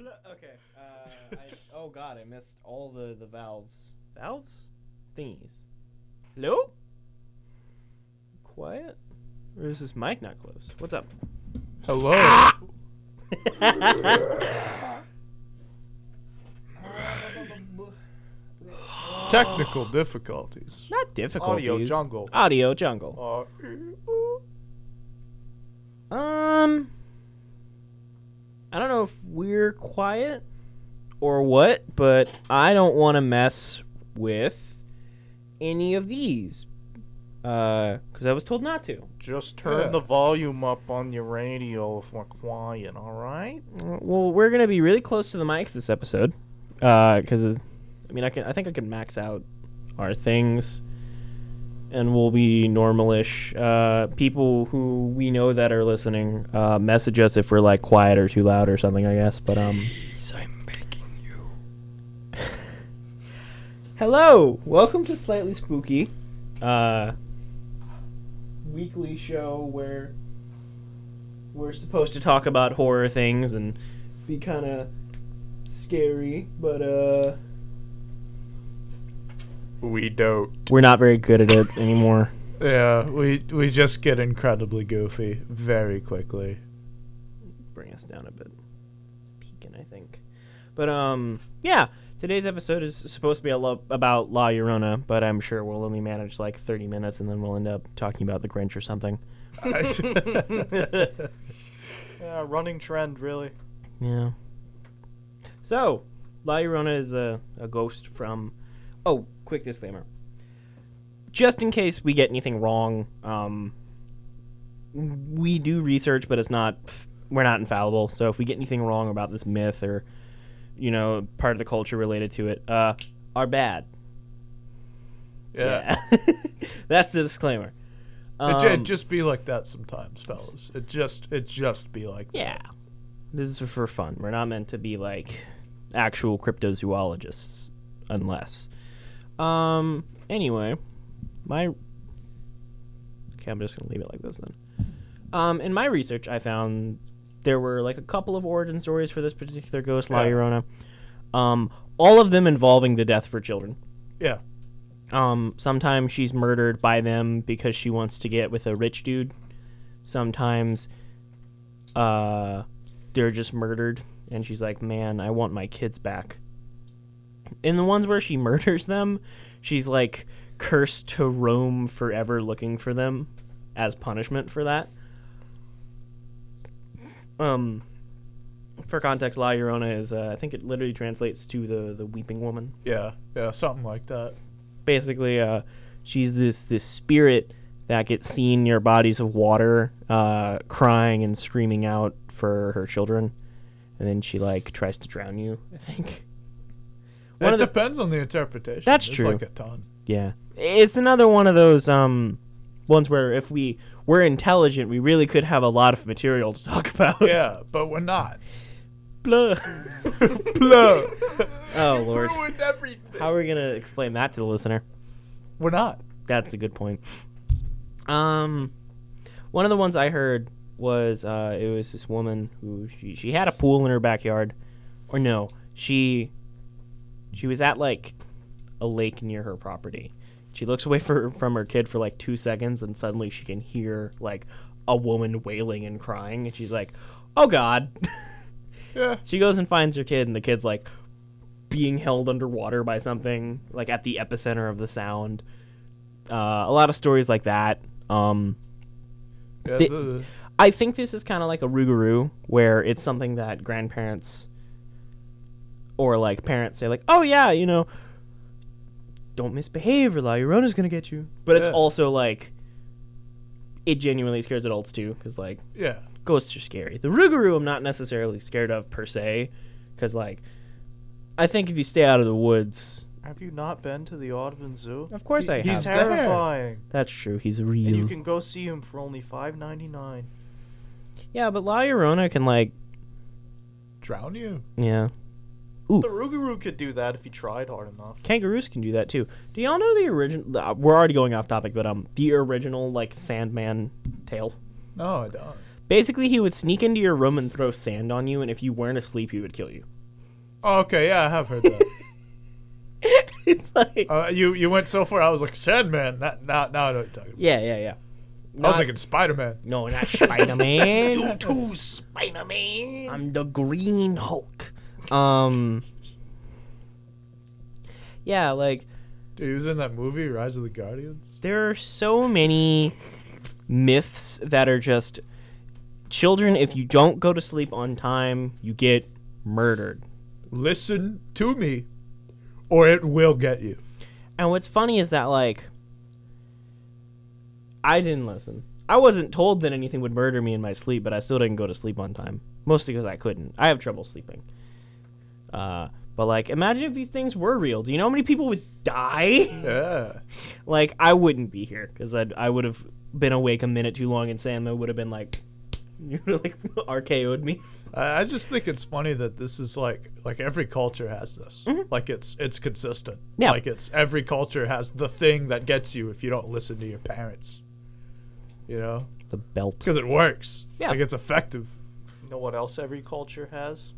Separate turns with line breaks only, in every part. Okay. Uh, I, oh god, I missed all the the valves. Valves? Thingies. Hello? Quiet? Or is this mic not close? What's up?
Hello. Technical difficulties.
Not difficult.
Audio jungle.
Audio jungle.
Uh,
Um, I don't know if we're quiet or what, but I don't want to mess with any of these because I was told not to.
just turn
Yeah.
the volume up on your radio if we're quiet, all right?
Uh, Well, we're gonna be really close to the mics this episode because I mean, I can I think I can max out our things. And we'll be normalish. Uh, people who we know that are listening uh, message us if we're like quiet or too loud or something, I guess. But um,
I'm making you.
Hello, welcome to Slightly Spooky, uh, weekly show where we're supposed to talk about horror things and be kind of scary, but uh,
We don't.
we're not very good at it anymore.
Yeah, we we just get incredibly goofy very quickly.
Bring us down a bit, peeking, I think. But um, yeah, today's episode is supposed to be a lo- about La Llorona, but I'm sure we'll only manage like 30 minutes, and then we'll end up talking about the Grinch or something.
Yeah, running trend, really.
Yeah. So, La Llorona is a, a ghost from. Oh, quick disclaimer. Just in case we get anything wrong, um, we do research, but it's not. We're not infallible. So if we get anything wrong about this myth or, you know, part of the culture related to it, uh, are bad.
yeah.
That's the disclaimer.
It, ju- it
Um,
just be like that sometimes, fellas. It just it just be like that.
Yeah. This is for fun. We're not meant to be like actual cryptozoologists unless. Um anyway, my Okay, I'm just going to leave it like this then. Um in my research I found there were like a couple of origin stories for this particular ghost La
Yeah.
Llorona. Um all of them involving the death for children.
Yeah.
Um, sometimes she's murdered by them because she wants to get with a rich dude. Sometimes uh, they're just murdered, and she's like, "Man, I want my kids back." In the ones where she murders them, she's like cursed to roam forever looking for them as punishment for that. Um, for context, La Llorona is, uh, I think it literally translates to the the weeping woman
Yeah. Yeah, something like that.
basically uh, she's this this spirit that gets seen near bodies of water uh, crying and screaming out for her children and then she like tries to drown you i think One
it
of the-
depends on the interpretation.
That's
There's
true.
like a ton.
yeah it's another one of those um ones where if we were intelligent we really could have a lot of material to talk about
Yeah, but we're not.
Blah.
Blah.
oh lord
Ruined everything.
how are we gonna explain that to the listener
We're not.
That's a good point. Um, one of the ones I heard was uh, it was this woman who she, she had a pool in her backyard, or no, she she was at like a lake near her property. She looks away for, from her kid for like two seconds, and suddenly she can hear like a woman wailing and crying, and she's like, "Oh God!"
Yeah.
She goes and finds her kid, and the kid's like being held underwater by something, like at the epicenter of the sound. Uh, a lot of stories like that. Um,
yeah
Th-
the-
I think this is kind of like a rougarou, where it's something that grandparents or like parents say, like, "Oh yeah, you know, don't misbehave, or La Llorona's gonna get you." But it's
Yeah.
also like it genuinely scares adults too, because like
yeah.
ghosts are scary. The Rougarou I'm not necessarily scared of per se, because like I think if you stay out of the woods,
Have you not been to the Audubon Zoo?
of course I
He's
have.
there.
terrifying.
That's true. He's
And you
real.
can go see him for only five ninety nine.
Yeah, but La Llorona can like
Drown you.
yeah.
The Rougarou could do that if he tried hard enough.
Kangaroos can do that too. Do y'all know the original? Uh, we're already going off topic, but um, the original like Sandman tale.
No, I don't.
Basically, he would sneak into your room and throw sand on you, and if you weren't asleep, he would kill you.
Oh, okay, yeah, I have heard that.
it's like,
uh, you you went so far. I was like Sandman. Now now, now I know what you're talking about.
yeah, yeah, yeah.
I was
Not-
thinking Spider Man.
no, not Spider Man.
Two Spider Man.
I'm the Green Hulk. Um, yeah, like
Dude, he was in that movie Rise of the Guardians.
there are so many myths that are just children if you don't go to sleep on time you get murdered
Listen to me, or it will get you.
and what's funny is that like i didn't listen i wasn't told that anything would murder me in my sleep but i still didn't go to sleep on time mostly because i couldn't i have trouble sleeping uh, but like imagine if these things were real do you know how many people would die
Yeah.
like I wouldn't be here because I I would have been awake a minute too long, and Sandman would have been like, you would have like RKO'd me.
I I just think it's funny that this is like like every culture has this. Like it's it's consistent.
Mm-hmm. Yeah.
Like it's every culture has the thing that gets you if you don't listen to your parents. You know,
The belt.
because it works.
Yeah.
Like it's effective.
You know what else every culture has?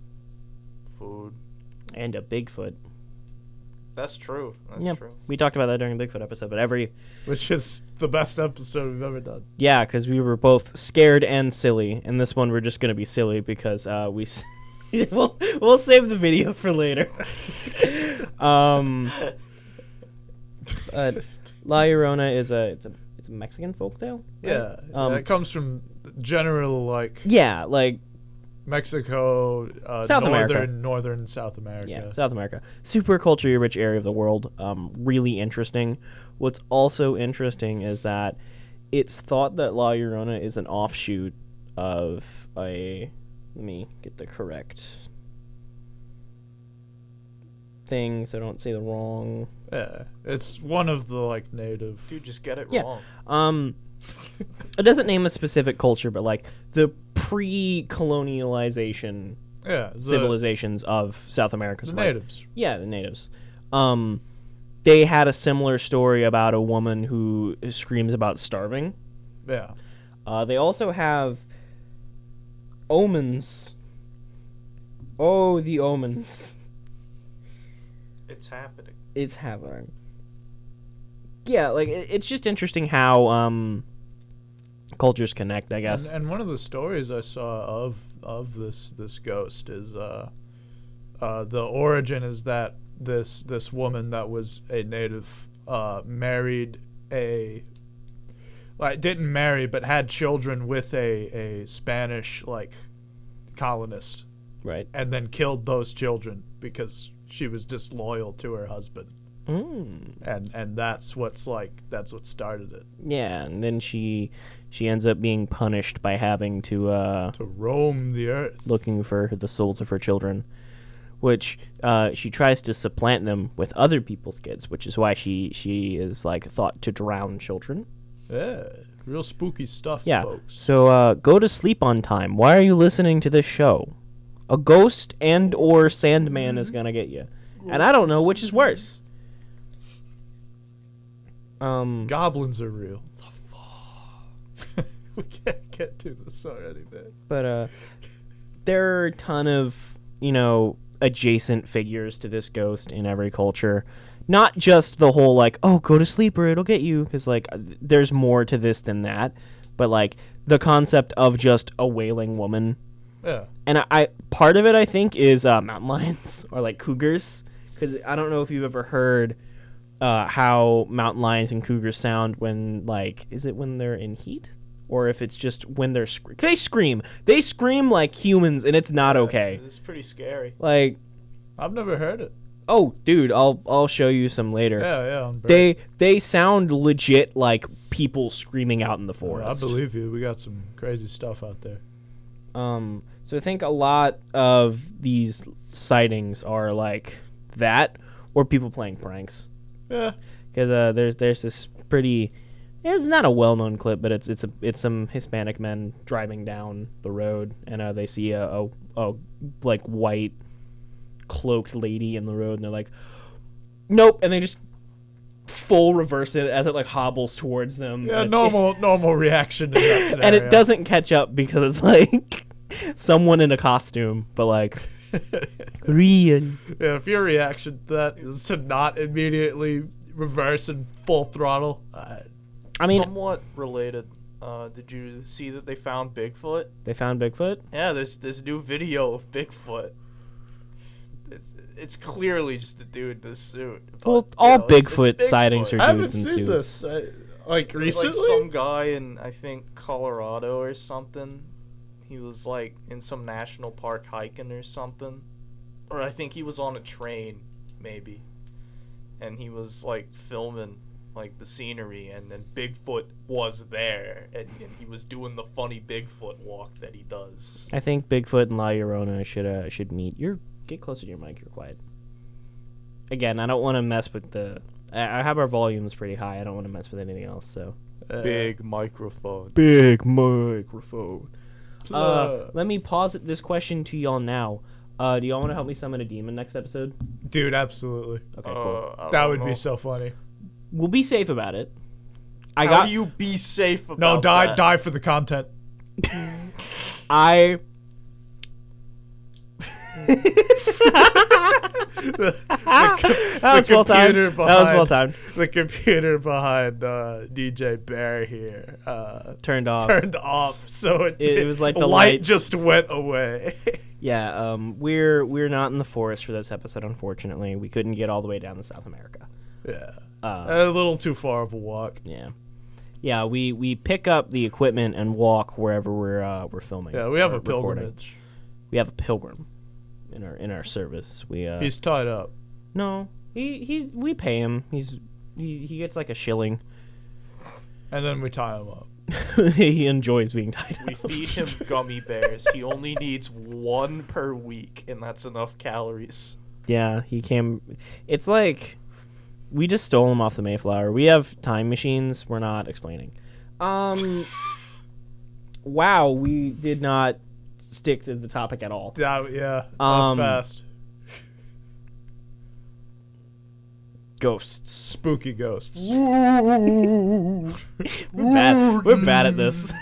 Food.
and a Bigfoot.
That's true. That's
yeah,
true.
we talked about that during the Bigfoot episode, but every
Which is the best episode we've ever done.
yeah, because we were both scared and silly, and this one we're just gonna be silly because uh, we. s- We'll, we'll save the video for later. um, uh, La Llorona is a it's a it's a Mexican folktale. right?
Yeah.
Um,
it comes from general like
Yeah, like
Mexico, uh,
South
northern,
America.
northern South America.
yeah, South America, super culture rich area of the world. Um, really interesting. What's also interesting is that it's thought that La Llorona is an offshoot of a. Let me get the correct thing, so I don't say the wrong.
Yeah. It's one of the like native.
Dude, just get it
Yeah.
wrong.
Um, it doesn't name a specific culture, but like the pre-colonialization
yeah. The,
civilizations of South America.
the
So, like,
natives.
Yeah, the natives. Um, they had a similar story about a woman who screams about starving.
Yeah.
Uh, they also have omens. Oh, the omens.
It's happening.
It's happening. Yeah, like it, it's just interesting how um, cultures connect, I guess.
And, uh, and one of the stories I saw of of this this ghost is uh, uh, the origin is that this this woman that was a native uh, married a like didn't marry but had children with a a Spanish like colonist
right.
and then killed those children because she was disloyal to her husband
Mm.
and and that's what's like that's what started it
Yeah, and then she she ends up being punished by having to uh,
to roam the earth
looking for the souls of her children, which uh, she tries to supplant them with other people's kids, which is why she she is like thought to drown children.
yeah real spooky stuff
Yeah.
folks
So uh, go to sleep on time. Why are you listening to this show? A ghost and or Sandman is gonna get you, and I don't know which is worse. Um.
Goblins are real. we can't get to this already, man.
but uh, there are a ton of you know adjacent figures to this ghost in every culture not just the whole like oh go to sleep or it'll get you because like th- there's more to this than that but like the concept of just a wailing woman
Yeah.
and I, I part of it I think is uh, mountain lions or like cougars because I don't know if you've ever heard uh, how mountain lions and cougars sound when like is it when they're in heat or if it's just when they're sc- they scream they scream like humans and it's not okay
This is pretty scary.
like
I've never heard it.
oh dude I'll I'll show you some later
Yeah, yeah. on bird.
they they sound legit like people screaming out in the
I
forest.
believe you. We got some crazy stuff out there.
Um, so I think a lot of these sightings are like that, or people playing pranks.
Yeah.
Because uh, there's there's this pretty, it's not a well-known clip, but it's it's a it's some Hispanic men driving down the road, and uh, they see a, a a like white cloaked lady in the road, and they're like, nope, and they just full reverse it as it like hobbles towards them.
Yeah,
It-
normal normal reaction to that scenario.
and it doesn't catch up because it's like someone in a costume, but like real.
Yeah, if your reaction to that is to not immediately reverse and full throttle, uh,
I mean,
somewhat related. Uh, did you see that they found Bigfoot?
they found Bigfoot.
Yeah, there's this new video of Bigfoot. It's, it's clearly just a dude in a suit. but,
Well,
you
all
know, it's- it's
Bigfoot sightings
Bigfoot.
are
I haven't
dudes in
seen
suits.
this. I, like
There's,
recently,
Like some guy in I think Colorado or something. He was like in some national park hiking or something, or I think he was on a train maybe, and he was like filming like the scenery, and then Bigfoot was there, and, and he was doing the funny Bigfoot walk that he does.
I think Bigfoot and La Llorona should uh, should meet. You're get closer to your mic. You're quiet. Again, I don't want to mess with the. I, I have our volumes pretty high. I don't want to mess with anything else. So
Uh,
Big microphone.
big microphone. Uh,
Uh.
let me pause this question to y'all now. Uh, do y'all want to help me summon a demon next episode?
dude, absolutely.
Okay, cool.
Uh. Oh,
That would be so funny.
We'll be safe about it. I
I How
got
do you be safe about
No, die,
that?
die for the content.
I that was
the
well timed.
computer
That was well timed.
behind- The computer behind uh, DJ Bear here uh,
Turned off.
turned off, so it,
It- it was like the
light
lights.
just went away.
Yeah, um, we're we're not in the forest for this episode, unfortunately. We couldn't get all the way down to South America.
yeah,
Uh,
a little too far of a walk.
yeah, yeah. We we pick up the equipment and walk wherever we're uh, we're filming.
Yeah, we have
or
a
recording.
pilgrimage.
We have a pilgrim in our in our service. We uh,
He's tied up.
no, he he's we pay him. He's he, he gets like a shilling.
And then we tie him up.
he enjoys being tied
We
up.
feed him gummy bears. He only needs one per week, and that's enough calories.
Yeah, he came. It's like we just stole him off the Mayflower. We have time machines. We're not explaining. Um. wow, we did not stick to the topic at all.
That, yeah, that
Um,
was fast.
Ghosts.
Spooky ghosts.
We're bad. We're bad at this.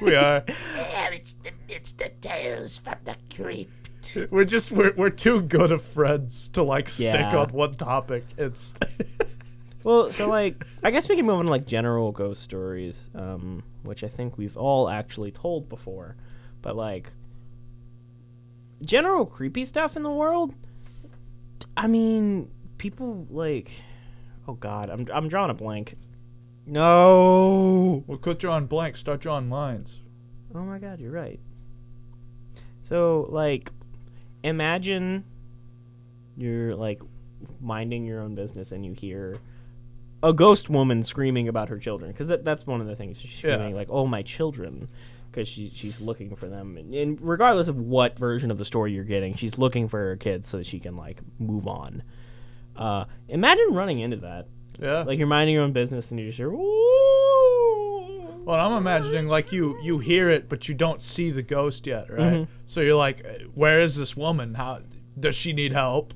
we are.
Yeah, it's the, it's the tales from the crypt.
We're just we're, we're too good of friends to like stick
Yeah.
on one topic. It's
well, so like, I guess we can move on to like general ghost stories, um, which I think we've all actually told before, but like general creepy stuff in the world. I mean, people like, oh god, I'm I'm drawing a blank. No.
well, quit drawing blanks. Start drawing lines.
Oh my god, you're right. So, like, imagine you're like minding your own business and you hear a ghost woman screaming about her children because that, that's one of the things she's
Yeah.
screaming like, "Oh my children," because she she's looking for them. And, and regardless of what version of the story you're getting, she's looking for her kids so that she can like move on. Uh, imagine running into that.
Yeah.
Like you're minding your own business and you just hear, "Ooh."
well, I'm imagining like you you hear it, but you don't see the ghost yet, right?
Mm-hmm.
So you're like, where is this woman? How does she need help?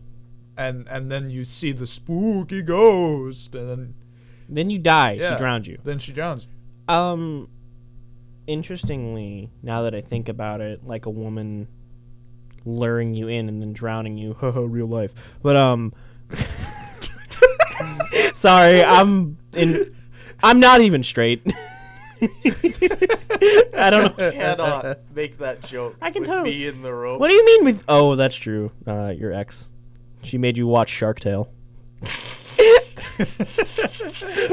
And and then you see the spooky ghost, and then
Then you die.
Yeah.
She drowned you.
then she drowns. you.
Um, interestingly, now that I think about it, like a woman luring you in and then drowning you, ho ho, real life. But um, sorry, I'm in. I'm not even straight. I don't know.
Cannot make that joke.
I can
with
totally-
me in the rope.
What do you mean with? Oh, that's true. Uh, your ex, she made you watch Shark Tale.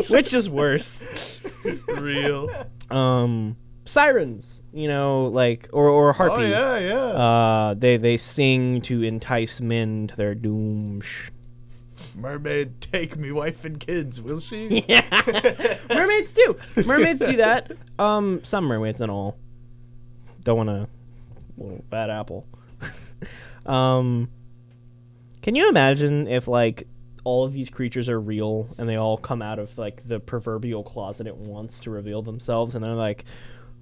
Which is worse?
Real.
Um, sirens, you know, like or or
oh
harpies.
yeah, yeah.
Uh, they they sing to entice men to their doom. Shh.
Mermaid, take me wife and kids, will she?
mermaids do. Mermaids do that. Um, some mermaids and all. Don't want to little bad apple. um, can you imagine if like all of these creatures are real and they all come out of like the proverbial closet at once to reveal themselves, and they're like,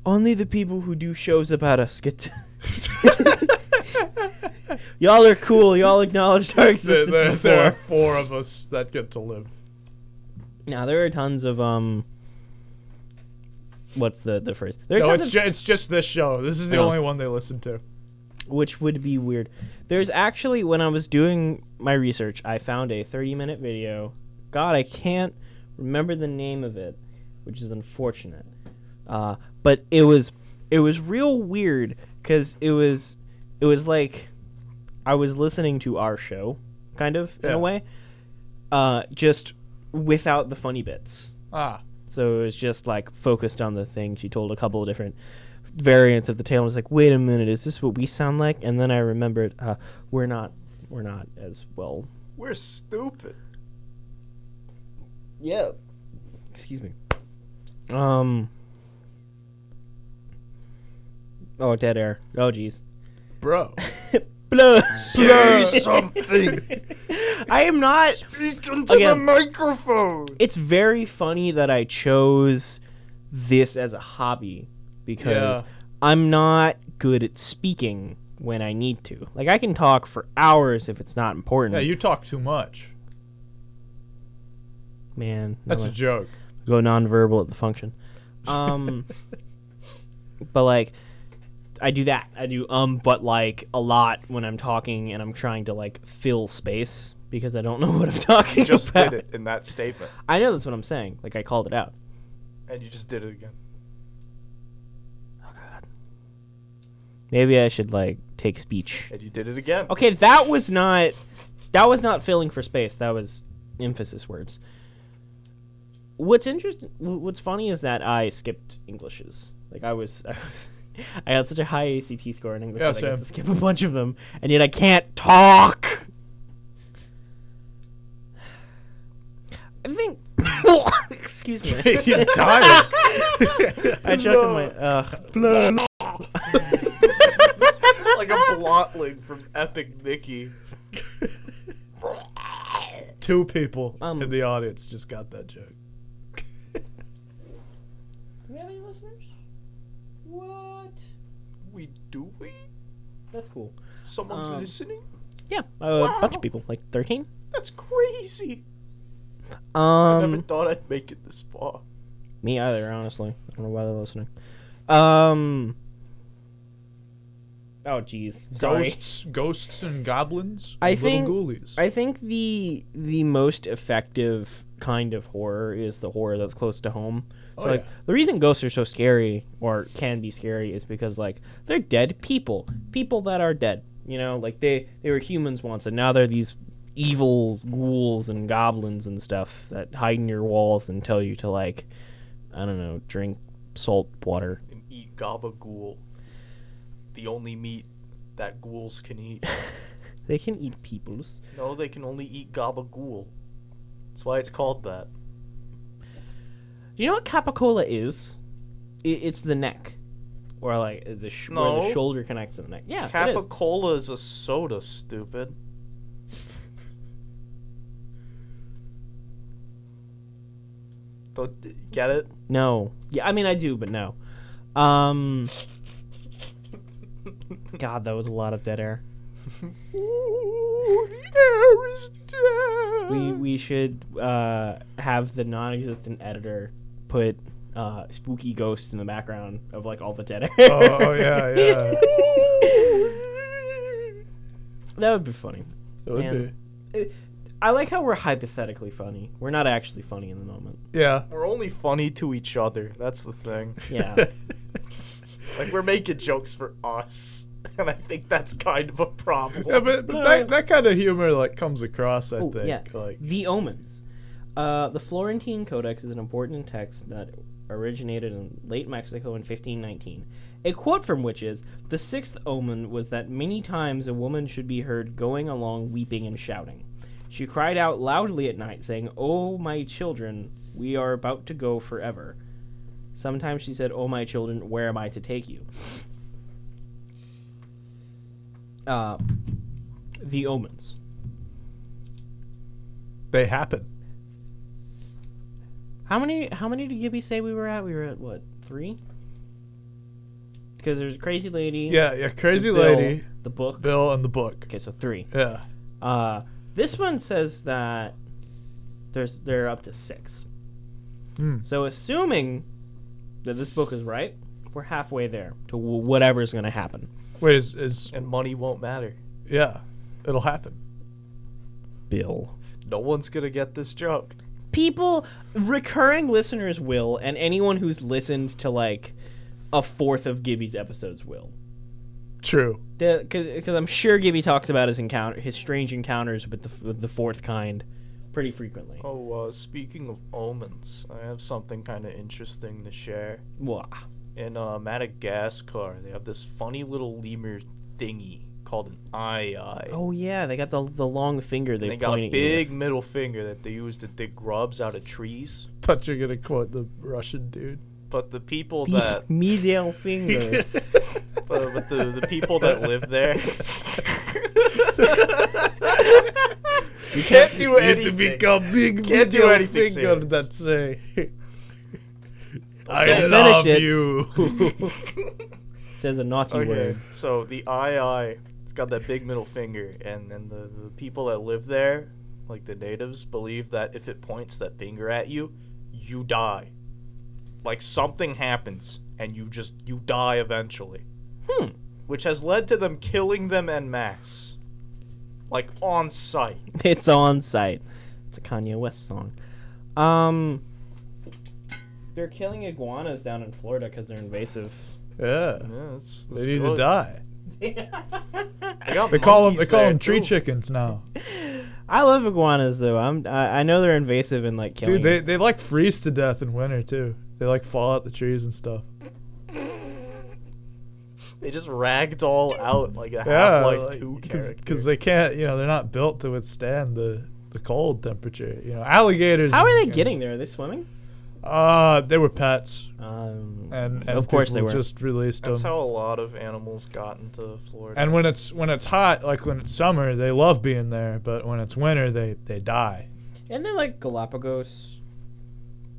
only the people who do shows about us get. To Y'all are cool. Y'all acknowledged our
there,
existence
there,
before.
there are four of us that get to live.
Now there are tons of um. What's the the phrase? There are
No,
tons
it's,
of-
ju- it's just this show. This is the
Oh.
only one they listen to.
which would be weird. There's actually when I was doing my research, I found a 30-minute video. God, I can't remember the name of it, which is unfortunate. Uh, but it was it was real weird because it was it was like I was listening to our show, kind of in
Yeah.
a way, uh, just without the funny bits.
Ah,
So it was just like focused on the thing. She told a couple of different variants of the tale. I was like, wait a minute, is this what we sound like? And then I remembered, uh, we're not, we're not as well.
We're stupid.
Yeah. Excuse me. Um. Oh, dead air. Oh, jeez.
bro.
Blur.
Say something.
I am not.
Speak into the
Again.
microphone.
It's very funny that I chose this as a hobby because
Yeah.
I'm not good at speaking when I need to. Like I can talk for hours if it's not important.
yeah, you talk too much.
Man, no
That's
way.
a joke.
go nonverbal at the function. Um, but like, I do that. I do um, but like a lot when I'm talking and I'm trying to like fill space because I don't know what I'm talking
Just
about.
did it in that statement,
I know that's what I'm saying. Like I called it out.
and you just did it again.
Maybe I should like take speech.
And you did it again.
Okay, that was not that was not filling for space. That was emphasis words. What's interesting, what's funny is that I skipped Englishes. Like I was, I was, I had such a high ACT score in English
Yeah,
that I got
same.
to skip a bunch of them, and yet I can't talk. I think. Excuse me.
He's tired.
I choked on my. Uh,
like a blotling from Epic Mickey.
Two people
Um,
in the audience just got that joke.
Do we have any listeners? What?
We do we?
That's cool.
Someone's
Um,
listening?
Yeah, a bunch of people, like thirteen.
That's crazy. I never
Um,
thought I'd make it this far.
me either, honestly. I don't know why they're listening. Um. Oh, jeez. Sorry.
Ghosts, ghosts and goblins.
I
and
think-
little ghoulies.
I think the the most effective kind of horror is the horror that's close to home. So
Oh,
like
yeah.
the reason ghosts are so scary or can be scary is because like they're dead people, people that are dead. You know, like they they were humans once and now they're these evil ghouls and goblins and stuff that hide in your walls and tell you to like I don't know, drink salt water.
And eat gabagool. The only meat that ghouls can eat.
They can eat peoples.
no, they can only eat gabagool. That's why it's called that.
Do you know what capicola is? I it's the neck, or like the sh- where
No.
the shoulder connects to the neck. Yeah, it is.
Capicola is a soda, stupid. Don't get it?
No, yeah, I mean I do, but no. Um, God, that was a lot of dead air.
Ooh, the air is dead.
We we should uh, have the non-existent editor put uh, spooky ghost in the background of like all the dead air.
oh, oh, yeah, yeah.
that would be funny.
It would
Man. I like how we're hypothetically funny. We're not actually funny in the moment.
be. Yeah.
We're only funny to each other. That's the thing.
Yeah.
Like we're making jokes for us, and I think that's kind of a problem.
Yeah, but, but that, that kind of humor like comes across, I
Oh,
think.
Uh, yeah.
Like,
The Omens. Uh, the Florentine Codex is an important text that originated in late Mexico in 1519. A quote from which is The sixth omen was that many times a woman should be heard going along weeping and shouting. She cried out loudly at night, saying, Oh, my children, we are about to go forever. Sometimes she said, Oh, my children, where am I to take you? Uh, the Omens.
they happen.
How many? How many did Gibby say we were at? We were at what? Three. Because there's crazy lady.
Yeah, yeah. Crazy
Bill,
Lady,
The book.
Bill, and the book.
Okay, so three.
Yeah.
Uh, this one says that there's they're up to six.
Hmm.
So, assuming that this book is right, we're halfway there to w- whatever's going to happen.
Wait, is, is
and money won't matter.
yeah, it'll happen.
Bill.
No one's gonna get this joke.
People, recurring listeners will, and anyone who's listened to like a fourth of Gibby's episodes will.
True.
Because I'm sure Gibby talks about his encounter, his strange encounters with the, f- with the fourth kind pretty frequently.
Oh, uh, speaking of omens, I have something kind of interesting to share.
Wah.
In uh, Madagascar, they have this funny little lemur thingy called an eye eye.
Oh, yeah, they got the, the long finger they,
and they got a
point at you
big
with.
middle finger that they use to dig grubs out of trees.
Thought you were gonna quote the Russian dude.
But the people that uh,
medial finger.
but, but the, the people that live there
You
can't do anything.
You have to become big.
Can't do
middle
anything
Finger
serious.
that say,
So
I
finish
love
it.
you.
Says a naughty
Okay,
word.
Oh, so the eye eye, it's got that big middle finger, and then the, the people that live there, like the natives, believe that if it points that finger at you, you die. Like something happens, and you just you die eventually.
Hmm.
Which has led to them killing them en masse, like on site.
It's on site. It's a Kanye West song. Um, they're killing iguanas down in Florida because they're invasive.
yeah,
Yeah, that's,
they need to die.
They, got
They call them. They
monkeys
call
there,
them tree
too.
chickens now.
I love iguanas though. I'm I, I know they're invasive and like killing.
Dude, they, they like freeze to death in winter too. They like fall out the trees and stuff.
They just ragdoll out like a
Yeah,
Half-Life
like,
2
cause,
character.
'cause they can't. You know, they're not built to withstand the the cold temperature. You know, alligators.
How are they
and-
getting there? Are they swimming?
Uh, they were pets,
Um,
and, and
of course they
people
were.
Just released
That's
them.
how a lot of animals got into Florida.
and when it's when it's hot, like when it's summer, they love being there. But when it's winter, they they die.
and they're like Galapagos.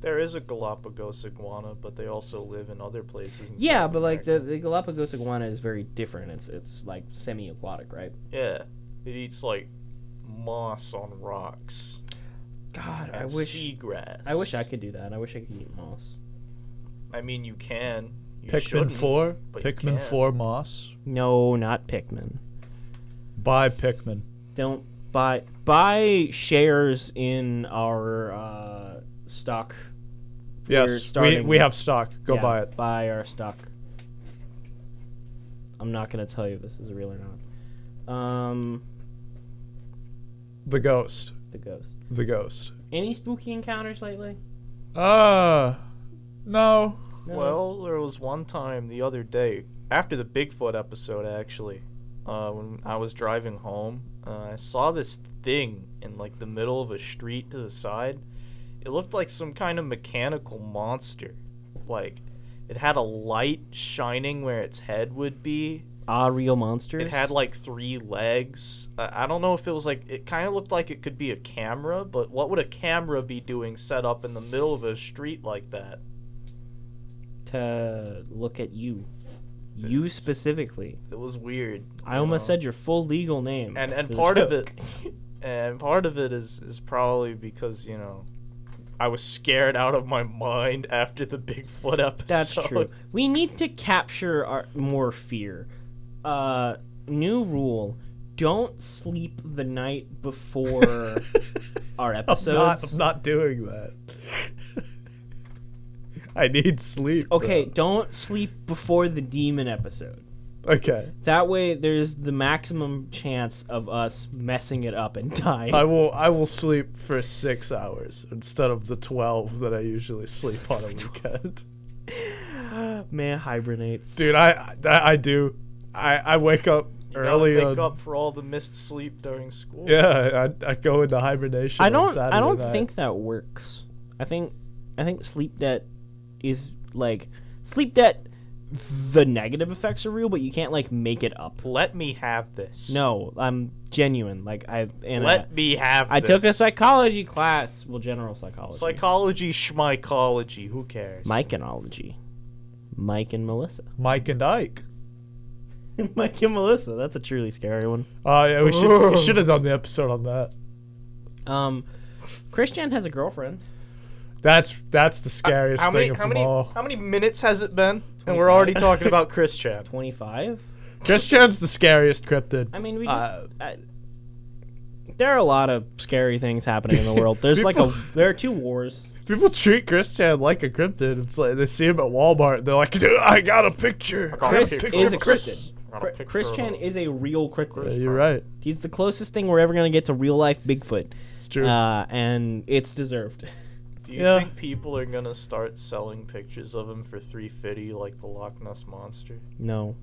There is a Galapagos iguana, but they also live in other places. In
Yeah,
South
but like the,
America.
the Galapagos iguana is very different. It's it's like semi-aquatic, right?
yeah, it eats like moss on rocks
God, I
and
wish
seagrass.
I wish I could do that. I wish I could eat moss.
I mean, you can. You
Pikmin
shouldn't,
four,
but you can.
Pikmin four moss.
No, not Pikmin.
Buy Pikmin.
don't buy buy shares in our uh, stock. We're
Yes, we,
starting-
we have stock. Go
Yeah,
buy it.
Buy our stock. I'm not gonna tell you if this is real or not. Um,
The ghost.
the ghost.
The ghost.
Any spooky encounters lately?
Uh, no.
No.
Well, there was one time the other day after the Bigfoot episode, actually, uh, when I was driving home, uh, I saw this thing in like the middle of a street to the side. It looked like some kind of mechanical monster. Like, it had a light shining where its head would be.
ah, real monsters.
It had like three legs. I, I don't know if it was like it kind of looked like it could be a camera, but what would a camera be doing set up in the middle of a street like that?
to look at you. You
It's-
specifically.
It was weird.
I
you
almost
know?
said your full legal name.
and and
for the
part of
joke.
it and part of it is is probably because you know i was scared out of my mind after the bigfoot episode
That's true. We need to capture our more fear. Uh, new rule: don't sleep the night before our
I'm not,
episodes.
I'm not doing that. I need sleep. bro.
okay, don't sleep before the demon episode.
Okay.
That way, there's the maximum chance of us messing it up and dying.
I will. I will sleep for six hours instead of the twelve that I usually sleep on a weekend.
Man hibernates.
Dude, I I, I do. I I wake up
You gotta
early.
make
on-
up for all the missed sleep during school
Yeah, I, I go into hibernation.
I
on
don't.
Saturday
I don't
night.
think that works. I think. I think sleep debt is like sleep debt. The negative effects are real, but you can't like make it up.
let me have this
No, I'm genuine. Like I and I,
let me have
I
this.
took a psychology class. Well, general psychology.
psychology schmycology who cares
Mikeanology. Mike and Melissa.
Mike and Ike.
Mike and Melissa. That's a truly scary one.
Oh yeah, we should we should have done the episode on that.
Um, Christian has a girlfriend.
That's that's the scariest
How
thing
many
of
how
them
many
all.
how many minutes has it been? And we're already
25.
talking about Chris Chan.
Twenty five.
Chris Chan's the scariest cryptid.
I mean, we just.
Uh,
I, there are a lot of scary things happening in the world. There's like
People-
a there are two wars.
People treat Chris Chan like a cryptid. It's like they see him at Walmart. They're like, dude, I got a picture. I got
Chris
a picture
is
of
a
Chris."
cryptid.
Got a
Cr-
picture
Chris
of
Chan
him.
is a real cryptid.
Yeah, you're right.
He's the closest thing we're ever gonna get to real life Bigfoot,
It's true.
uh, and it's deserved.
Do you
Yeah.
think people are gonna start selling pictures of him for three fifty like the Loch Ness monster?
No,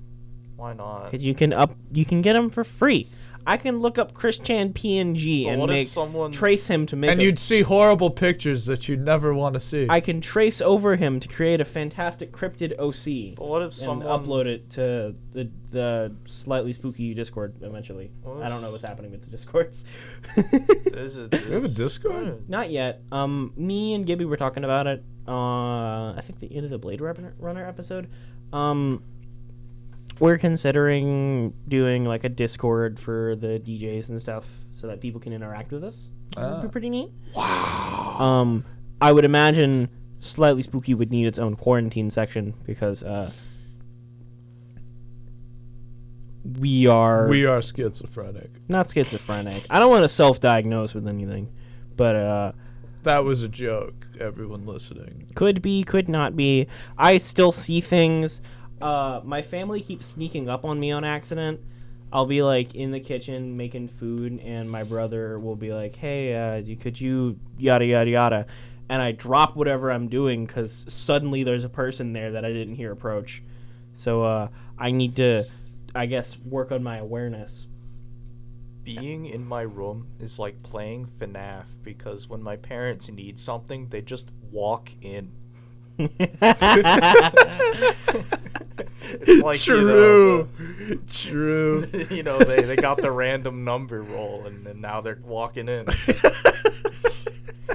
Why not?
'Cause you can up you can get him for free. I can look up Chris Chan PNG
But
and
what if
make
someone-
trace him to make.
and
a-
you'd see horrible pictures that you'd never want to see.
I can trace over him to create a fantastic cryptid OC.
But what if
and
someone
upload it to the the slightly spooky Discord eventually.
Well,
I don't know
Oh, that's-
what's happening with the Discords.
There's a,
we have a Discord.
Not yet. Um, me and Gibby were talking about it. Uh, I think the end of the Blade Runner, Runner episode. Um, we're considering doing like a Discord for the DJs and stuff, so that people can interact with us. That would be
Ah.
pretty neat. Um, I would imagine slightly spooky would need its own quarantine section because uh, we are
We are schizophrenic.
not schizophrenic. I don't want to self-diagnose with anything, but uh,
That was a joke. Everyone listening.
could be, could not be. I still see things. Uh, my family keeps sneaking up on me on accident. I'll be like in the kitchen making food, and my brother will be like, "Hey, uh, you- could you yada yada yada," and I drop whatever I'm doing because suddenly there's a person there that I didn't hear approach. So uh, I need to, I guess, work on my awareness.
being in my room is like playing FNAF because when my parents need something, they just walk in. It's like you know,
true. True.
the- you know, they, they got the random number roll and, and now they're walking in.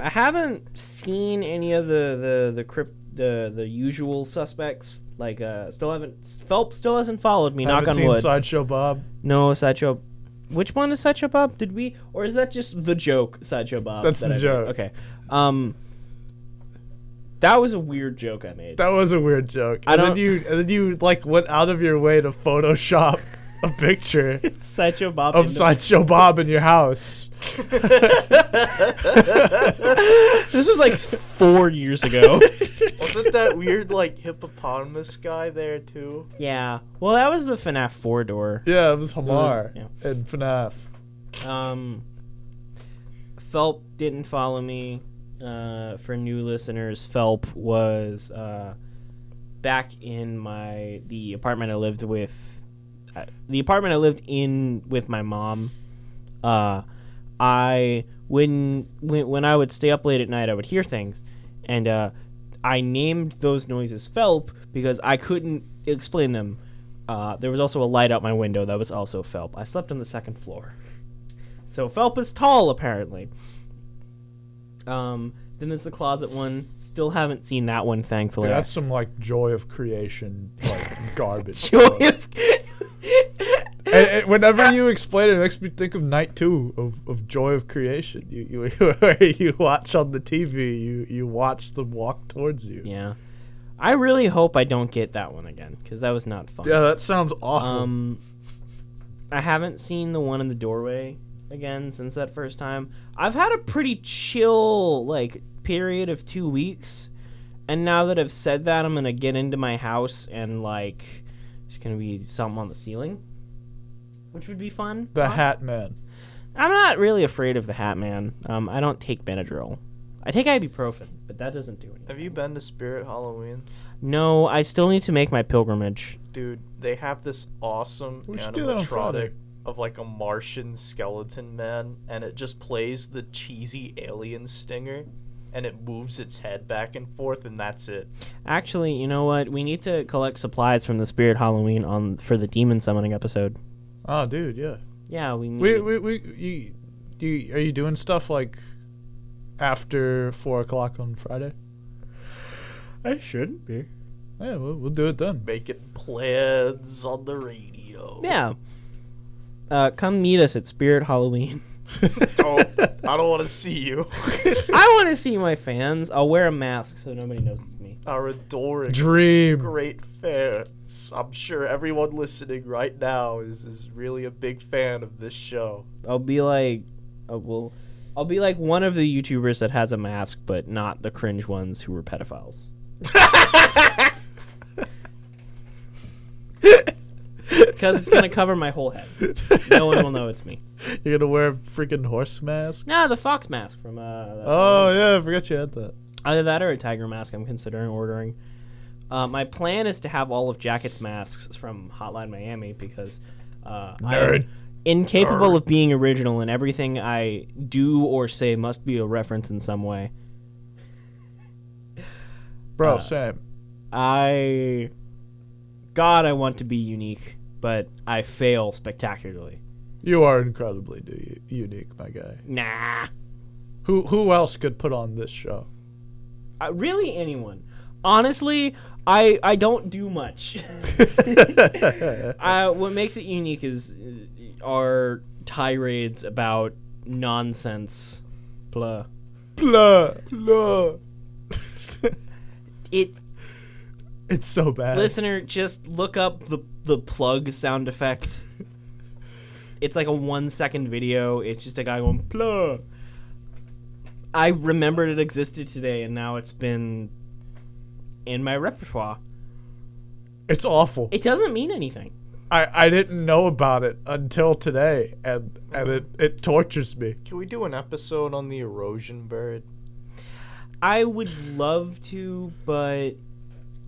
I haven't seen any of the the the crypt the the usual suspects. Like uh, still haven't Phelps still hasn't followed me. knock
Haven't
on
seen
wood.
Sideshow Bob.
no sideshow. Which one is sideshow Bob? Did we or is that just the joke sideshow Bob?
That's
that
the
I made?
joke.
Okay. Um. That was a weird joke I made.
That was a weird joke.
I
and
don't-
then you and then you like went out of your way to Photoshop a picture
sideshow Bob.
of
into-
Sideshow Bob in your house.
this was like four years ago.
Wasn't that weird like hippopotamus guy there too?
yeah. Well, that was the FNAF four door.
Yeah, it was Hamar
yeah.
and FNAF.
Um, Phelp didn't follow me. Uh, for new listeners, Phelp was uh, back in my the apartment I lived with, uh, the apartment I lived in with my mom. Uh, I when when when I would stay up late at night, I would hear things, and uh, I named those noises Phelp because I couldn't explain them. Uh, there was also a light out my window that was also Phelp. I slept on the second floor. So Phelp is tall, apparently. Um, then there's the closet one. Still haven't seen that one, thankfully.
Dude, that's some like joy of creation like garbage.
Joy of-
And- and whenever you explain it, it makes me think of night two of, of Joy of Creation. You, you where you watch on the TV, you you watch them walk towards you.
yeah. I really hope I don't get that one again because that was not fun.
that sounds awful.
Um, I haven't seen the one in the doorway again since that first time. I've had a pretty chill like period of two weeks, and now that I've said that, I'm gonna get into my house and like there's gonna be something on the ceiling, which would be fun.
the Hat Man.
I'm not really afraid of the Hat Man. Um, I don't take Benadryl. I take ibuprofen, but that doesn't do anything.
Have you been to Spirit Halloween?
No, I still need to make my pilgrimage.
Dude, they have this awesome
We should do that on Friday.
animatronic of like a Martian skeleton man, and it just plays the cheesy alien stinger, and it moves its head back and forth, and that's it.
Actually, you know what? We need to collect supplies from the Spirit Halloween on for the demon summoning episode.
Oh, dude, yeah.
Yeah, we need.
We we we you, do you, are you doing stuff like after four o'clock on Friday?
I shouldn't be.
Yeah, we'll, we'll do it then.
Making plans on the radio.
Yeah. Uh, come meet us at Spirit Halloween.
Don't. Oh, I don't want to see you.
I want to see my fans. I'll wear a mask so nobody knows it's me.
Our adoring
Dream.
great fans. I'm sure everyone listening right now is, is really a big fan of this show.
I'll be like, uh, well, I'll be like one of the YouTubers that has a mask, but not the cringe ones who were pedophiles. Because it's gonna cover my whole head. No one will know it's me.
You're gonna wear a freaking horse mask.
Nah, the fox mask from uh. that
Oh yeah, I forgot you had that.
Either that or a tiger mask. I'm considering ordering. Uh, my plan is to have all of Jacket's masks from Hotline Miami because uh,
Nerd.
I'm incapable of being original, and everything I do or say must be a reference in some way.
Bro, same.
I, God, I want to be unique, but I fail spectacularly.
You are incredibly du- unique, my guy.
Nah,
Who who else could put on this show?
Uh, really anyone. Honestly, I I don't do much. uh, what makes it unique is uh, our tirades about nonsense. Blah.
Blah, blah.
It
it's so bad.
listener, just look up the the plug sound effect. It's like a one second video. It's just a guy going blah. I remembered it existed today, and now it's been in my repertoire.
It's awful.
It doesn't mean anything.
I, I didn't know about it until today, and and it, it tortures me.
Can we do an episode on the erosion bird?
I would love to, but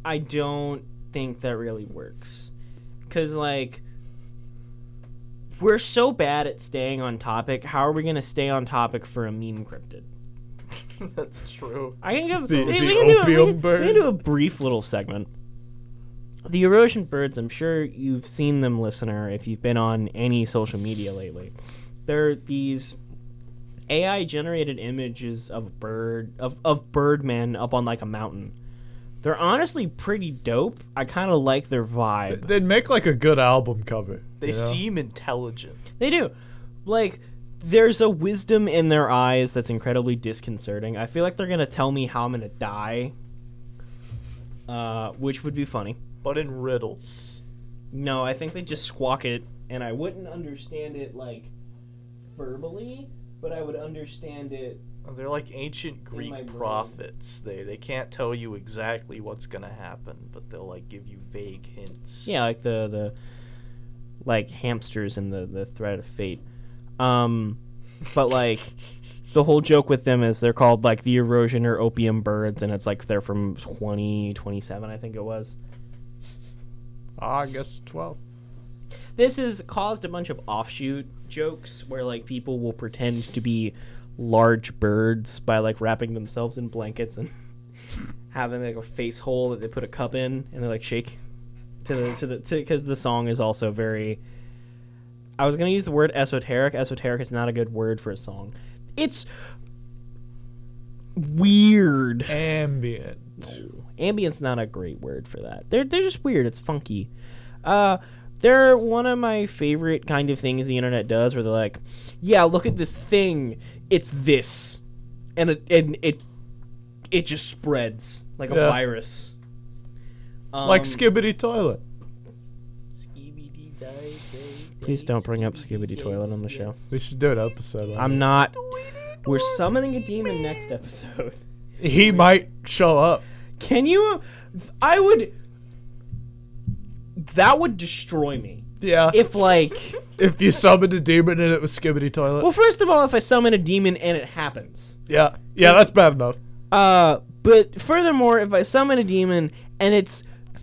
I don't think that really works. Cause like we're so bad at staying on topic. How are we gonna stay on topic for a meme cryptid?
That's true.
I can give
The-
we
the
can do a- we
opium
can-
bird.
We can do a brief little segment. The erosion birds. I'm sure you've seen them, listener, if you've been on any social media lately. They're these AI generated images of bird of of birdmen up on like a mountain. They're honestly pretty dope. I kind of like their vibe.
They'd make like a good album cover.
They
you know?
seem intelligent.
They do. Like, there's a wisdom in their eyes that's incredibly disconcerting. I feel like they're gonna tell me how I'm gonna die, uh, which would be funny.
but in riddles.
No, I think they just squawk it, and I wouldn't understand it like verbally, but I would understand it.
Uh, They're like ancient
my
Greek
brain.
prophets. They they can't tell you exactly what's gonna happen, but they'll like give you vague hints.
Yeah, like the the like hamsters and the the threat of fate. Um, but like. The whole joke with them is they're called like the erosion or opium birds, and it's like they're from 2027, I think it was.
August twelfth.
this has caused a bunch of offshoot jokes where like people will pretend to be large birds by like wrapping themselves in blankets and having like a face hole that they put a cup in and they like shake to the to the because the song is also very I was gonna use the word esoteric. Esoteric is not a good word for a song. It's weird
Ambient.
ambient's not a great word for that. They're they're just weird. It's funky. Uh, they're one of my favorite kind of things the internet does, where they're like, "Yeah, look at this thing. It's this," and it and it it just spreads like a
Yeah.
virus. Um,
like Skibbity Toilet.
E
Please don't bring up Scooby-Doo Toilet on the show.
We should do an episode. On
I'm not. We're summoning a demon next episode.
it. He might show up.
Can you? I would. That would destroy me
Yeah.
if
If,
like.
you summoned a demon and it was Skibbity Toilet.
Well, first of all, if I summon a demon and it happens.
yeah. Yeah, that's bad enough.
Uh, but furthermore, if I summon a demon and it's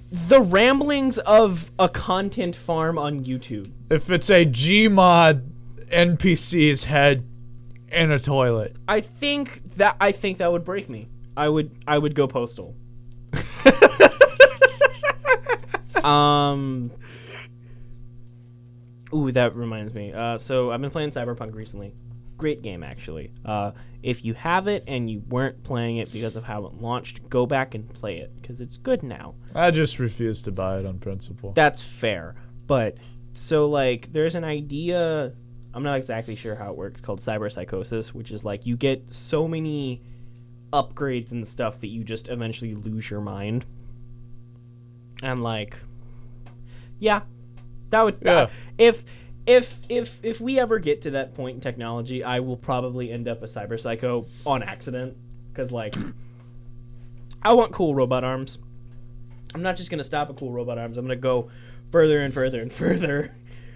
the ramblings of a content farm on YouTube.
If it's a Gmod NPC's head in a toilet.
I think that I think that would break me. I would I would go postal. um Ooh, that reminds me. Uh, so I've been playing Cyberpunk recently. Great game actually. Uh, if you have it and you weren't playing it because of how it launched, go back and play it because it's good now.
I just refuse to buy it on principle.
That's fair. But so like there's an idea I'm not exactly sure how it works, called cyberpsychosis, which is like you get so many upgrades and stuff that you just eventually lose your mind. And like, yeah, that would that- if if if if we ever get to that point in technology, I will probably end up a cyberpsycho on accident because like I want cool robot arms. I'm not just gonna stop at cool robot arms. I'm gonna go further and further and further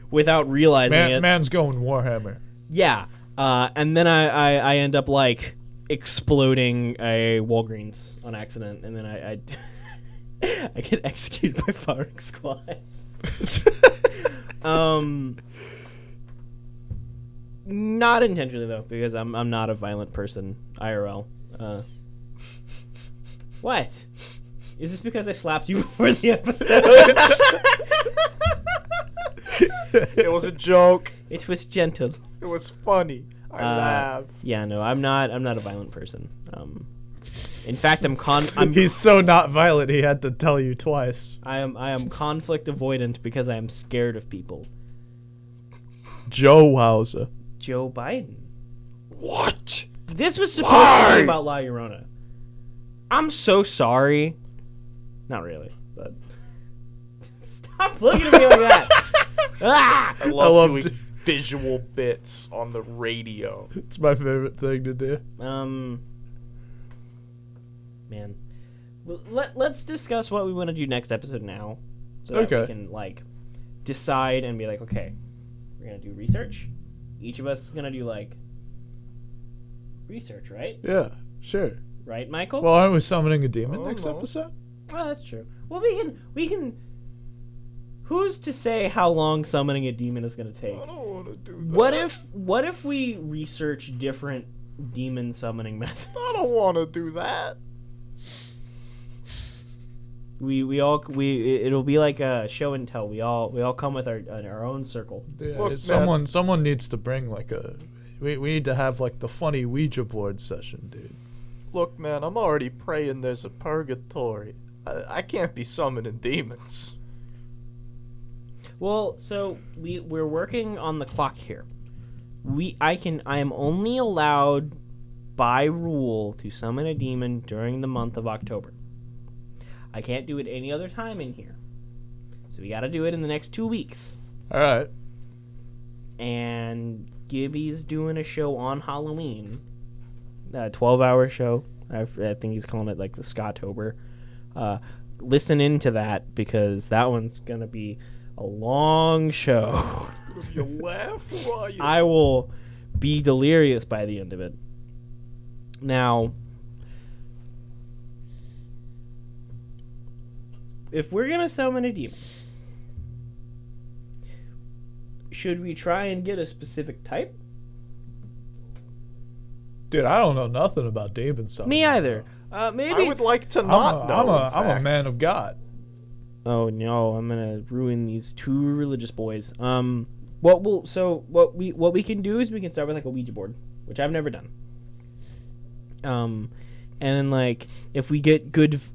without realizing it.
Man, man's going Warhammer.
Yeah, uh, and then I, I I end up like exploding a Walgreens on accident, and then I I, I get executed by firing squad. Um, not intentionally though, because I'm I'm not a violent person IRL. Uh, what? Is this because I slapped you before the episode?
It was a joke.
it was gentle.
It was funny. I
Uh,
laughed.
Yeah, no, I'm not. I'm not a violent person. Um, in fact, I'm con. I'm
He's so not violent. He had to tell you twice.
I am I am conflict avoidant because I am scared of people.
Joe Wowza.
Joe Biden.
What?
This was supposed to be about La Llorona. I'm so sorry. Not really, but stop looking at me like that. ah!
I love
loved-
doing visual bits on the radio.
It's my favorite thing to do.
Um, man, well, let let's discuss what we want to do next episode now, so that we
Okay.
can like decide and be like, okay, we're gonna do research. Each of us is gonna do like research, right?
Yeah, sure.
Right, Michael?
Well, aren't we summoning a demon next
Almost.
episode?
Oh, that's true. Well, we can we can. Who's to say how long summoning a demon is going to take?
I don't want to do that.
What if what if we research different demon summoning methods?
Oh,
I don't want to do that.
We we all we it- it'll be like a show and tell. We all we all come with our our own circle.
Yeah,
Look, man.
someone, someone needs to bring like a. We, we need to have like the funny Ouija board session, dude.
Look, man, I'm already praying there's a purgatory. I, I can't be summoning demons.
Well, so we we're working on the clock here. We I can I am only allowed by rule to summon a demon during the month of October. I can't do it any other time in here. So we got to do it in the next 2 weeks.
All right.
And Gibby's doing a show on Halloween. A 12-hour show. I, f- I think he's calling it like the Scottober. Uh listen into that because that one's going to be a long show.
You laugh, or are you?
I will be delirious by the end of it. Now, if we're gonna summon a demon, should we try and get a specific type?
Dude, I don't know nothing about demon summoning.
Me either. Uh,
I
maybe.
would like to
I'm
not
a,
know.
I'm a,
in
I'm a
fact.
man of God.
Oh no, I'm gonna ruin these two religious boys. Um, what will so what we what we can do is we can start with like a Ouija board, which I've never done. Um, and then like if we get good, v-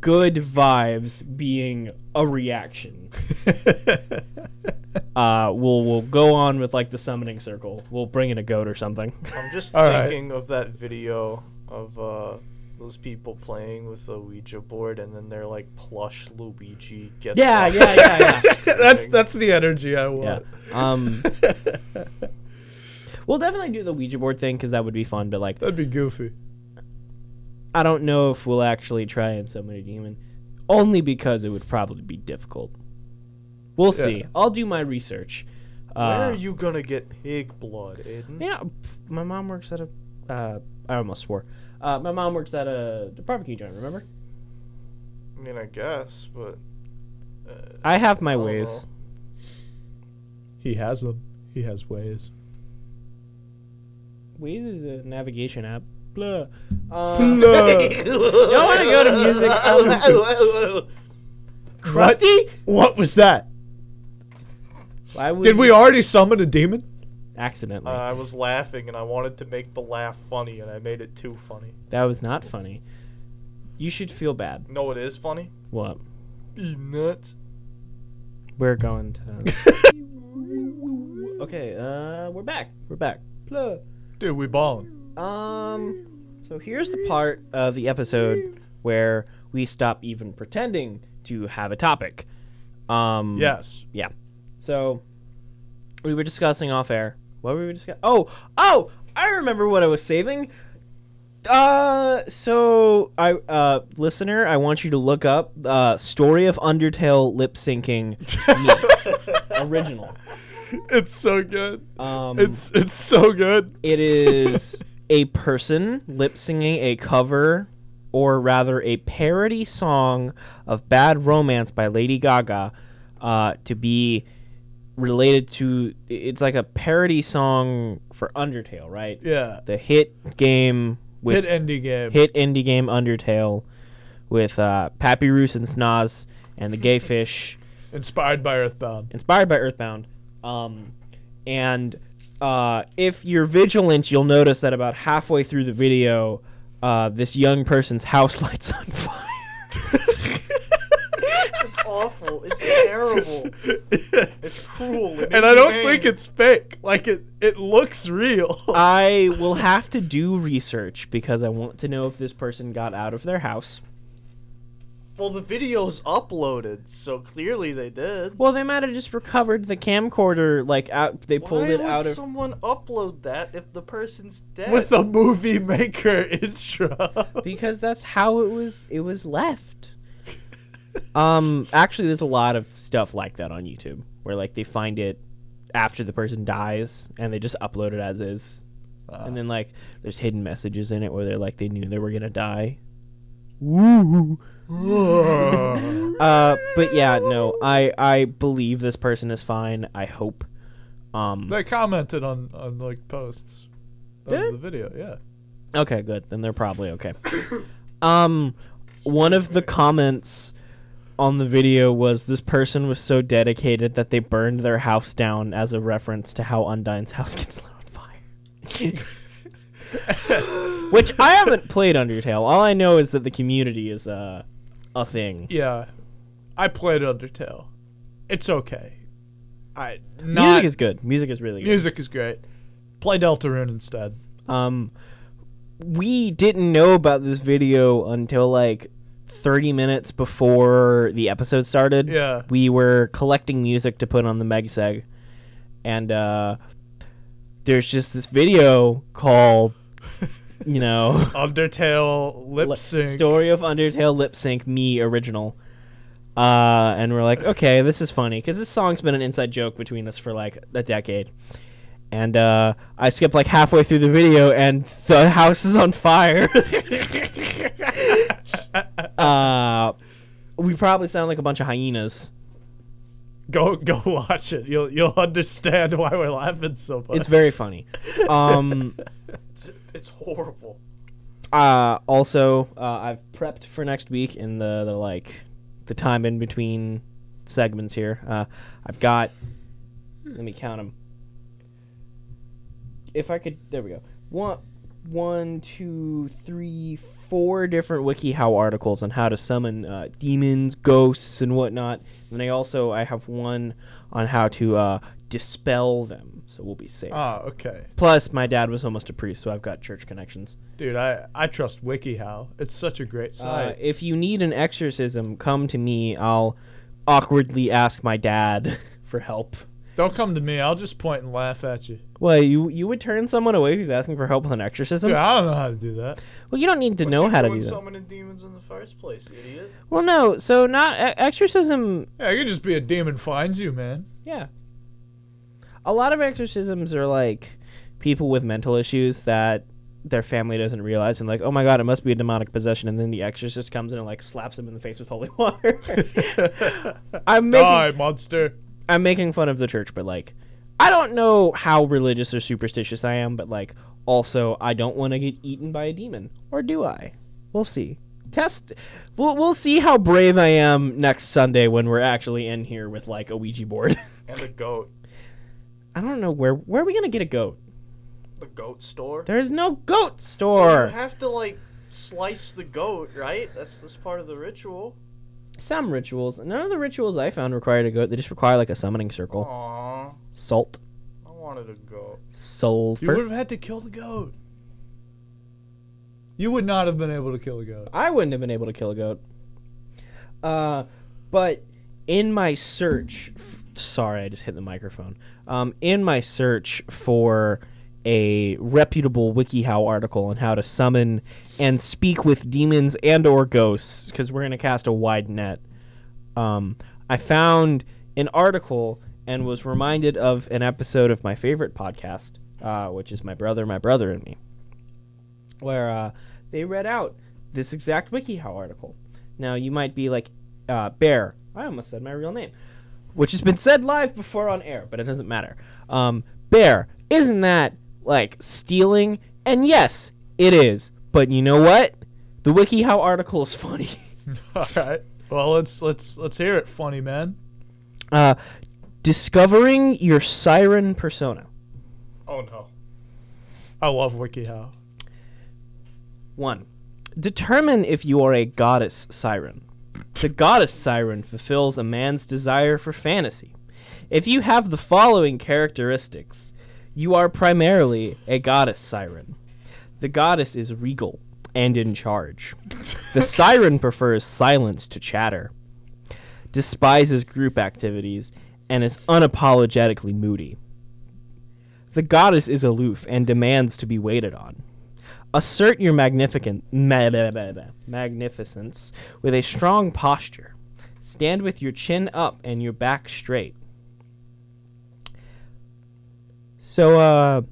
good vibes being a reaction, uh, we'll we'll go on with like the summoning circle. We'll bring in a goat or something.
I'm just
All right.
thinking of that video of uh, those people playing with the Ouija board, and then they're like plush Luigi. Gets
yeah,
up.
yeah, yeah, yeah.
that's that's the energy
Yeah.
I want.
Um, we'll definitely do the Ouija board thing because that would be fun. But like,
That'd be goofy.
I don't know if we'll actually try and summon a demon, only because it would probably be difficult. We'll see. I'll do my research.
Where
Uh,
are you gonna get pig blood, Aiden?
yeah, pff, my mom works at a. Uh, I almost swore. Uh, my mom works at a barbecue joint. Remember?
I mean, I guess, but
I have my
don't
ways.
He has them. He has ways.
Ways is a navigation app. Blah. Um,
No.
don't want to go to music. Um, Krusty?
what was that?
Why would
Did we already summon a demon?
accidentally?
uh, I was laughing, and I wanted to make the laugh funny, and I made it too funny.
that was not funny. You should feel bad.
You know what is funny?
What?
Be nuts.
We're going to. Okay, uh, we're back. We're back. Blah.
Dude, we
Hmm.
balling.
Um, so here's the part of the episode where we stop even pretending to have a topic. Um,
Yes.
yeah. So we were discussing off air. What were we discussing? Oh, oh, I remember what I was saving. Uh, so I, uh, listener, I want you to look up uh, story of Undertale lip syncing original.
It's so good.
Um,
It's it's so good.
it is a person lip singing a cover, or rather a parody song of Bad Romance by Lady Gaga uh, to be related to. It's like a parody song for Undertale, right?
Yeah.
The hit game with
Hit indie game.
hit indie game Undertale with uh, Papyrus and Snaz and the Gay Fish
Inspired by Earthbound.
inspired by Earthbound. Um, and uh, if you're vigilant, you'll notice that about halfway through the video, uh, this young person's house lights on fire.
It's awful. It's terrible. It's cruel.
and I don't think it's fake. Like it it looks real.
I will have to do research because I want to know if this person got out of their house.
Well, the video's uploaded, so clearly they did.
Well, they might have just recovered the camcorder, like out. They pulled
Why
it
would
out of.
someone upload that if the person's dead?
with a movie maker intro.
because that's how it was it was left um actually there's a lot of stuff like that on youtube where like they find it after the person dies and they just upload it as is and then like there's hidden messages in it where they're like they knew they were gonna die Woo. uh but yeah no i i believe this person is fine i hope um
they commented on on like posts of
Did?
the video. Yeah.
Okay, good. Then they're probably okay. um, one of the comments on the video was this person was so dedicated that they burned their house down as a reference to how Undyne's house gets lit on fire. Which I haven't played Undertale. All I know is that the community is uh, a thing.
Yeah. I played Undertale. It's okay. I not
music is good. Music is really good.
music is great. Play Deltarune instead.
Um, we didn't know about this video until like 30 minutes before the episode started.
Yeah.
We were collecting music to put on the MegSeg. And uh, there's just this video called, you know,
Undertale lip
Lip-
sync.
Story of Undertale Lip Sync Me Original. Uh, and we're like, okay, this is funny because this song's been an inside joke between us for like a decade. And uh, I skipped like halfway through the video, and the house is on fire. uh, we probably sound like a bunch of hyenas.
Go go watch it. You'll you'll understand why we're laughing so much.
It's very funny. Um,
It's, it's horrible.
uh, also, uh, I've prepped for next week in the, the like the time in between segments here. Uh, I've got. Let me count them. If I could, there we go. One, one, two, three, four different WikiHow articles on how to summon uh, demons, ghosts, and whatnot. And I also I have one on how to uh, dispel them. So we'll be safe.
Ah, okay.
Plus, my dad was almost a priest, so I've got church connections.
Dude, I, I trust WikiHow. It's such a great
Uh,
site.
if you need an exorcism, come to me. I'll awkwardly ask my dad for help.
Don't come to me. I'll just point and laugh at you.
Well, you you would turn someone away who's asking for help with an exorcism?
Dude, I don't know how to do that.
Well, you don't need to
But
know
you're
how to
doing
do that.
summoning demons in the first place, idiot.
Well, no. So not e- exorcism.
Yeah, it could just be a demon finds you, man.
Yeah. A lot of exorcisms are like people with mental issues that their family doesn't realize and like, oh my god, it must be a demonic possession, and then the exorcist comes in and like slaps them in the face with holy water. I'm making
Die, monster.
I'm making fun of the church, but like, I don't know how religious or superstitious I am, but like, also, I don't want to get eaten by a demon, or do I? We'll see. Test. We'll, we'll see how brave I am next Sunday when we're actually in here with like a Ouija board.
And a goat.
I don't know where where are we gonna get a goat.
The goat store.
There's no goat
You
store.
have to like slice the goat, right? That's this part of the ritual.
Some rituals. None of the rituals I found required a goat. They just require like a summoning circle.
Aww.
Salt.
I wanted to go.
You would
Sulfur.
have had to kill the goat. You would not have been able to kill a goat.
I wouldn't have been able to kill a goat. Uh, but in my search, sorry, I just hit the microphone. Um, in my search for a reputable WikiHow article on how to summon and speak with demons and or ghosts, because we're gonna cast a wide net. Um, I found an article and was reminded of an episode of my favorite podcast, uh, which is My Brother, My Brother and Me where uh, they read out this exact WikiHow article. Now you might be like, uh, Bear. I almost said my real name, which has been said live before on air, but it doesn't matter. Um, Bear, isn't that like stealing? And yes, it is. But you know what? The WikiHow article is funny.
All right. Well, let's let's let's hear it, funny man.
Uh, discovering your siren persona.
Oh no.
I love WikiHow.
One, determine if you are a goddess siren. The goddess siren fulfills a man's desire for fantasy. If you have the following characteristics, you are primarily a goddess siren. The goddess is regal and in charge. The siren prefers silence to chatter, despises group activities, and is unapologetically moody. The goddess is aloof and demands to be waited on. Assert your magnificent ma- ma- ma- ma- magnificence with a strong posture. Stand with your chin up and your back straight. So, uh,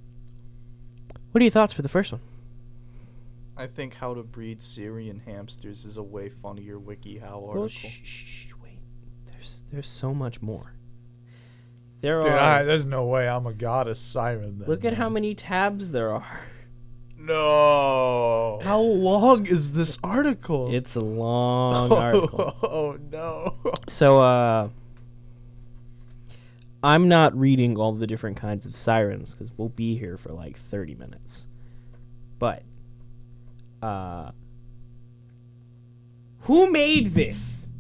what are your thoughts for the first one?
I think how to breed Syrian hamsters is a way funnier WikiHow
Well,
article.
shh, shh, wait. There's there's so much more. There
Dude, I,
are.
there's no way I'm a goddess siren. Then,
look at how
man.
many tabs there are.
no.
How long is this article?
It's a long article.
Oh no.
So, uh, I'm not reading all the different kinds of sirens because we'll be here for like 30 minutes. But, uh, who made this?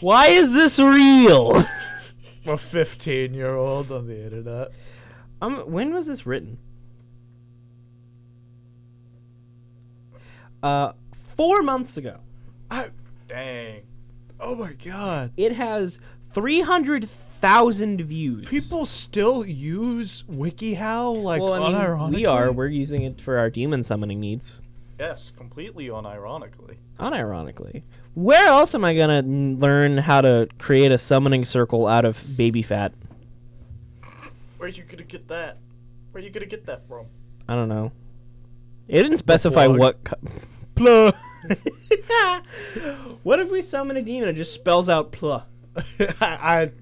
Why is this real?
A 15 year old on the internet.
Um, when was this written? Uh, four months ago.
I.
Dang.
Oh my god.
It has 300,000 views.
People still use WikiHow like
well, I mean,
unironically.
we are. We're using it for our demon summoning needs.
Yes, completely unironically.
Unironically. Where else am I gonna n- learn how to create a summoning circle out of baby fat?
Where you gonna get that? Where you gonna get that from?
I don't know. It didn't specify
plug.
what. Co- Pluh. what if we summon a demon and just spells out pluh?
I, I-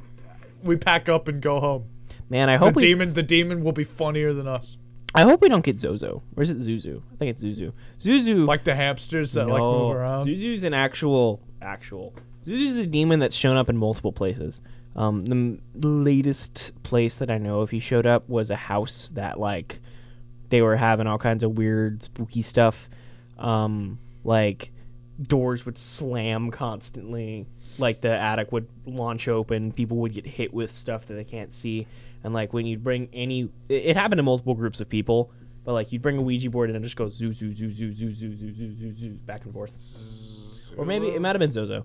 We pack up and go home.
Man, I
The
hope we.
demon. The demon will be funnier than us.
I hope we don't get Zozo. Or is it Zuzu? I think it's Zuzu. Zuzu.
Like the hamsters that
no.
like move around.
Zuzu's an actual, actual. Zuzu's a demon that's shown up in multiple places. Um, the m- latest place that I know of he showed up was a house that like they were having all kinds of weird spooky stuff. Um, like doors would slam constantly. Like the attic would launch open, people would get hit with stuff that they can't see, and like when you'd bring any, it, it happened to multiple groups of people, but like you'd bring a Ouija board and it just goes zoo zoo zoo zoo zoo zoo zoo zoo zoo zoo back and forth, or maybe it might have been Zozo.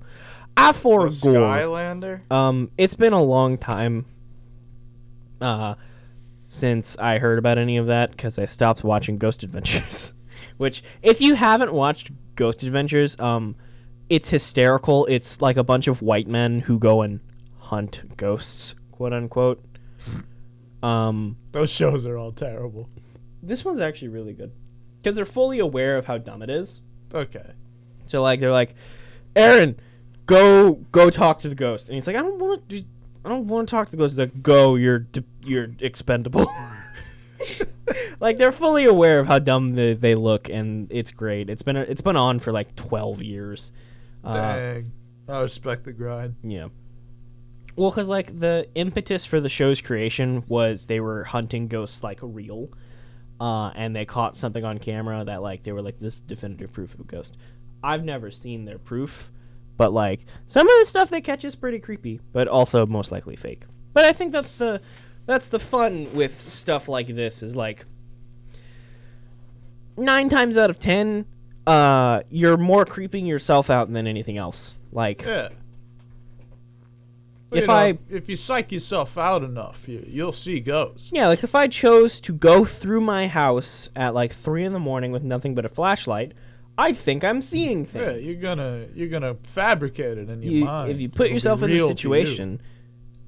I
The
forgot.
Skylander?
Um, it's been a long time, uh, since I heard about any of that because I stopped watching Ghost Adventures. Which, if you haven't watched Ghost Adventures, um, it's hysterical. It's like a bunch of white men who go and hunt ghosts, quote unquote. Um,
Those shows are all terrible.
this one's actually really good because they're fully aware of how dumb it is.
Okay.
So like they're like, Aaron, go go talk to the ghost, and he's like, I don't want to. I don't want to talk to the ghost. He's like, go, you're d- you're expendable. like they're fully aware of how dumb they, they look, and it's great. It's been it's been on for like twelve years. Uh,
Dang. I respect the grind.
yeah. Well, because like the impetus for the show's creation was they were hunting ghosts like real, uh, and they caught something on camera that like they were like this is definitive proof of a ghost. I've never seen their proof, but like some of the stuff they catch is pretty creepy, but also most likely fake. But I think that's the that's the fun with stuff like this is like nine times out of ten, uh, you're more creeping yourself out than anything else. Like
Yeah. But, you
If
know,
I-
if you psych yourself out enough, you you'll see ghosts.
Yeah, like if I chose to go through my house at like three in the morning with nothing but a flashlight, I'd think I'm seeing
Yeah,
things.
you're gonna you're gonna fabricate it in your
You-
mind.
if you put
It'll be
yourself in this
real to you.
situation,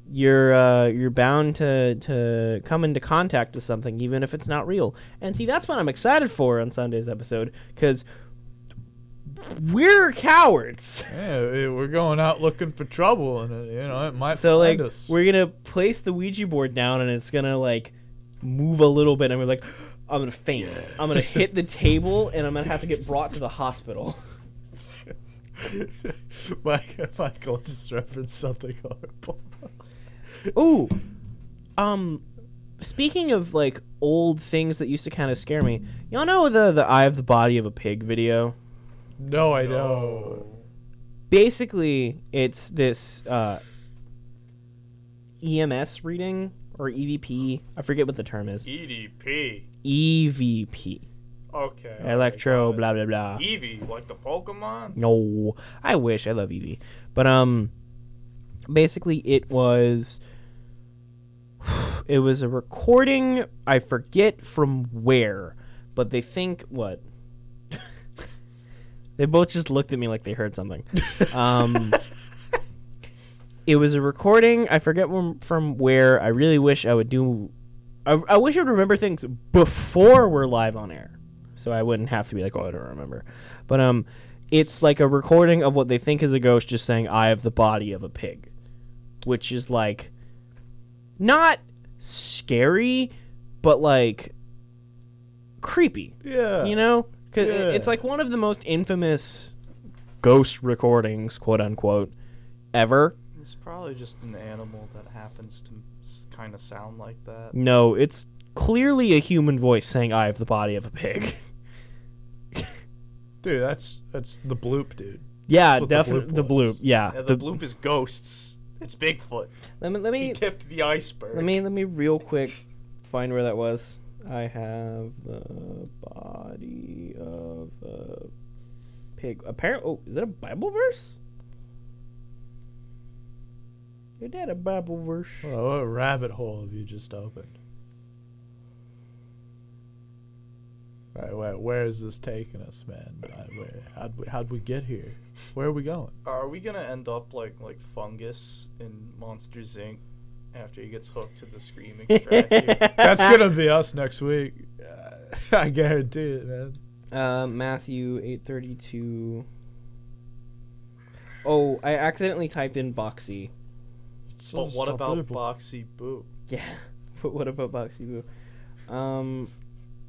you're uh, you're bound to to come into contact with something, even if it's not real. And see, that's what I'm excited for on Sunday's episode because we're cowards.
Yeah, we- we're going out looking for trouble, and it, you know it might
So
find
like
us.
we're gonna place the Ouija board down and it's gonna like move a little bit and we're like I'm gonna faint. I'm gonna hit the table and I'm gonna have to get brought to the hospital.
Michael, Michael just referenced something horrible.
Ooh. Um speaking of like old things that used to kinda scare me, y'all know the the eye of the body of a pig video?
No, I don't.
Basically it's this uh EMS reading or EVP. I forget what the term is.
EDP.
EVP.
Okay.
Oh, Electro blah blah blah.
Eevee, like the Pokemon?
No, I wish I love Eevee, but um, basically it was it was a recording. I forget from where, but they think what they both just looked at me like they heard something. Um, it was a recording. I forget from from where. I really wish I would do. I, I wish I would remember things before we're live on air, so I wouldn't have to be like, oh, I don't remember. But um, it's like a recording of what they think is a ghost just saying, "I have the body of a pig," which is like not scary, but like creepy
Yeah.
you know 'Cause
Yeah.
it's like one of the most infamous ghost recordings quote unquote ever
It's probably just an animal that happens to kind of sound like that.
no it's clearly a human voice saying i have the body of a pig
dude, that's that's the bloop, dude.
yeah
That's what the
definitely
bloop
the
was.
bloop yeah,
Yeah, the, bloop is ghosts. It's Bigfoot.
let me let
He
me
tipped the iceberg.
let me let me real quick find where that was i have the body of a pig apparently oh is that a bible verse is that a bible verse
Oh, what rabbit hole have you just opened? All right, where, where is this taking us, man? Uh, Where, how'd, we, how'd we get here? Where are we going?
Are we gonna end up like like fungus in Monsters Inc. after he gets hooked to the screaming statue?
That's gonna be us next week. Uh, I guarantee it, man.
Uh, Matthew eight thirty two. Oh, I accidentally typed in boxy.
It's
but what about uh,
unstoppable.
Boxy Boo?
Yeah, but what about boxy boo? Um,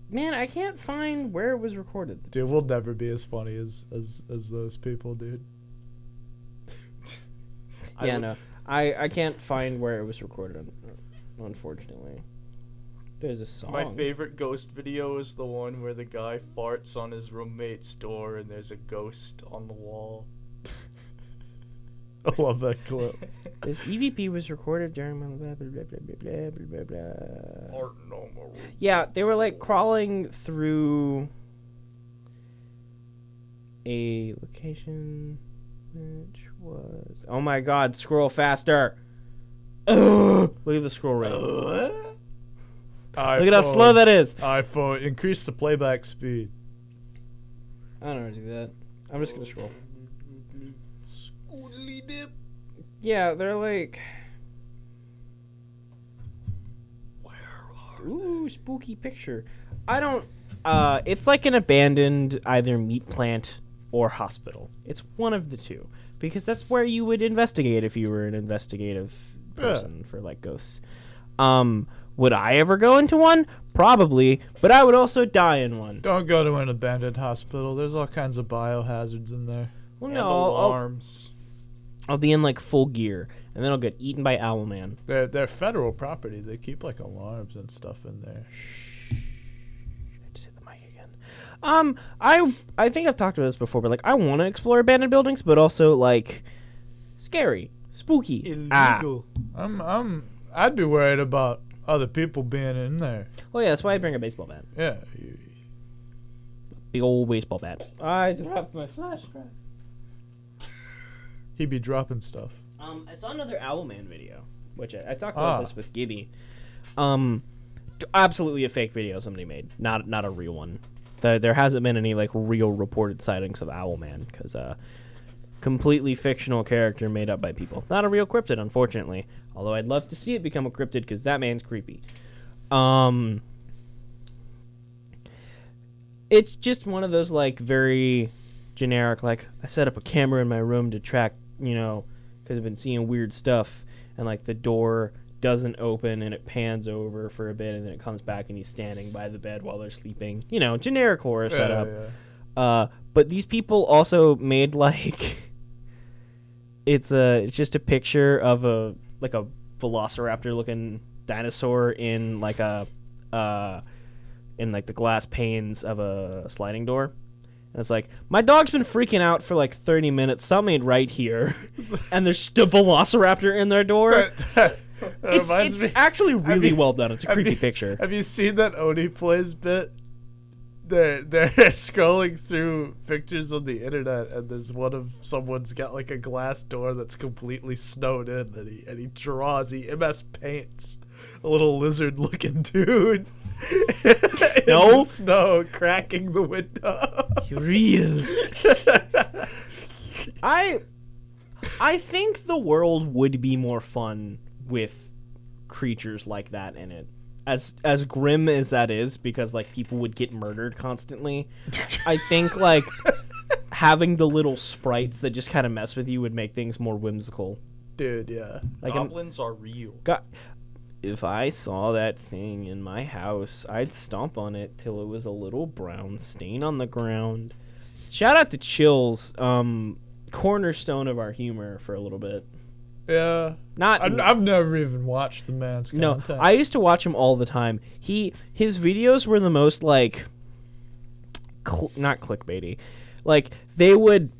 man, I can't find where it was recorded.
Dude, we'll never be as funny as as, as those people, dude.
I
yeah,
would-
no, I I can't find where it was recorded. un- Unfortunately, there's a song.
My favorite ghost video is the one where the guy farts on his roommate's door and there's a ghost on the wall.
I love that clip.
This EVP was recorded during my blah blah blah blah blah blah blah. blah.
Farting on my roof.
Yeah, they were like crawling through a location which was Oh my god, scroll faster. Ugh, look at the scroll rate. Look at how slow that is.
iPhone, increase the playback speed.
I don't want to do that. I'm just going to scroll.
Squiddly dip.
Yeah, they're like Ooh, spooky picture. I don't uh it's like an abandoned either meat plant or hospital. It's one of the two because that's where you would investigate if you were an investigative
Yeah.
person for like ghosts. Um would I ever go into one? Probably, but I would also die in one.
Don't go to an abandoned hospital. There's all kinds of biohazards in there.
Well,
And
no, I'll,
alarms.
I'll be in like full gear and then I'll get eaten by Owlman.
They're they're federal property. They keep like alarms and stuff in there.
I just hit the mic again. Um, I I think I've talked about this before, but like I want to explore abandoned buildings, but also like scary, spooky. Ah,
Illegal.
I'm I'm I'd be worried about other people being in there.
Oh yeah, that's why I bring a baseball bat.
Yeah. you-
Big old baseball bat. I dropped my flashlight.
He be dropping stuff.
Um, I saw another Owlman video, which I, I talked
Ah.
about this with Gibby. Um, t- absolutely a fake video somebody made, not not a real one. The, there hasn't been any like real reported sightings of Owlman because uh, completely fictional character made up by people, not a real cryptid, unfortunately. Although I'd love to see it become a cryptid because that man's creepy. Um, it's just one of those like very generic like i set up a camera in my room to track you know because i've been seeing weird stuff and like the door doesn't open and it pans over for a bit and then it comes back and he's standing by the bed while they're sleeping you know generic horror
Yeah,
setup
yeah.
uh, but these people also made like it's a it's just a picture of a like a velociraptor looking dinosaur in like a uh, in like the glass panes of a sliding door. And it's like my dog's been freaking out for like 30 minutes. Something ain't right here, and there's just a velociraptor in their door.
That, that, that
It's,
reminds
it's
me.
actually really
you-
well done. It's a
have
creepy
you-
picture.
Have you seen that Oni plays bit? They're they're scrolling through pictures on the internet, and there's one of someone's got like a glass door that's completely snowed in, and he and he draws, he MS paints a little lizard looking dude. in the
No.
snow cracking the window.
real. I I think the world would be more fun with creatures like that in it. As as grim as that is, because like people would get murdered constantly. I think like having the little sprites that just kind of mess with you would make things more whimsical.
Dude, yeah.
Like I'm-
Goblins are real.
God, if I saw that thing in my house, I'd stomp on it till it was a little brown stain on the ground. Shout out to Chills, um, cornerstone of our humor for a little bit.
Yeah.
Not
i I've never even watched the man's
no,
content.
I used to watch him all the time. He his videos were the most like, cl- not clickbaity, like they would.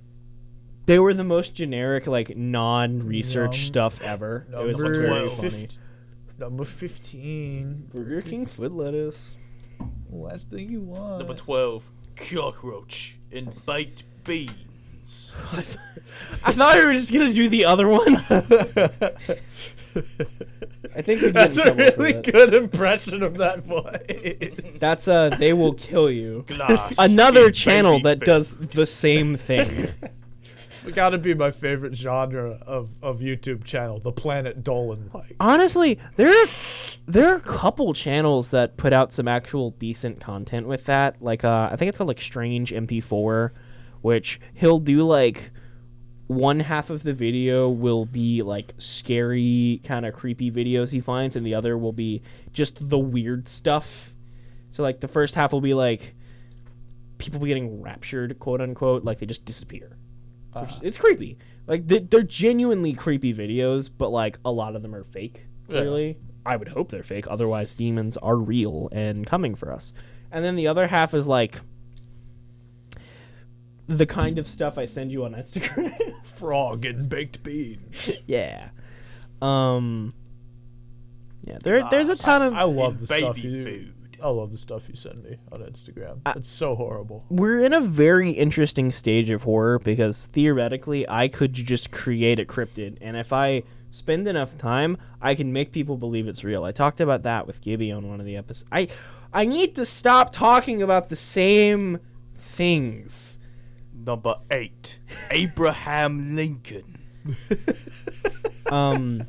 They were the most generic, like non-research
Num-
stuff ever. It was
Number
very
12.
funny.
Number fifteen.
Burger King food lettuce.
Last thing you want.
Number 12, cockroach and baked beans.
I thought we were just gonna do the other one. I think we did
That's
in
a
trouble for
really
that.
good impression of that voice.
That's uh, they will kill you.
Glass.
Another
and
channel
baby
that
food.
does the same thing.
got to be my favorite genre of, of YouTube channel, the Planet Dolan like.
Honestly, there are, there are a couple channels that put out some actual decent content with that. Like uh, I think it's called like Strange MP4, which he'll do like one half of the video will be like scary kind of creepy videos he finds and the other will be just the weird stuff so like the first half will be like people be getting raptured quote unquote like they just disappear Which- it's creepy like they, they're genuinely creepy videos but like a lot of them are fake clearly i would hope they're fake otherwise demons are real and coming for us and then the other half is like the kind of stuff i send you on instagram
Frog and baked beans.
yeah. Um. Yeah, there, there's a ton of.
I love the
baby
stuff you.
food.
I love the stuff you send me on Instagram.
Uh,
it's so horrible.
We're in a very interesting stage of horror because theoretically, I could just create a cryptid, and if I spend enough time, I can make people believe it's real. I talked about that with Gibby on one of the episodes. I, I need to stop talking about the same things.
Number 8, Abraham Lincoln.
Um.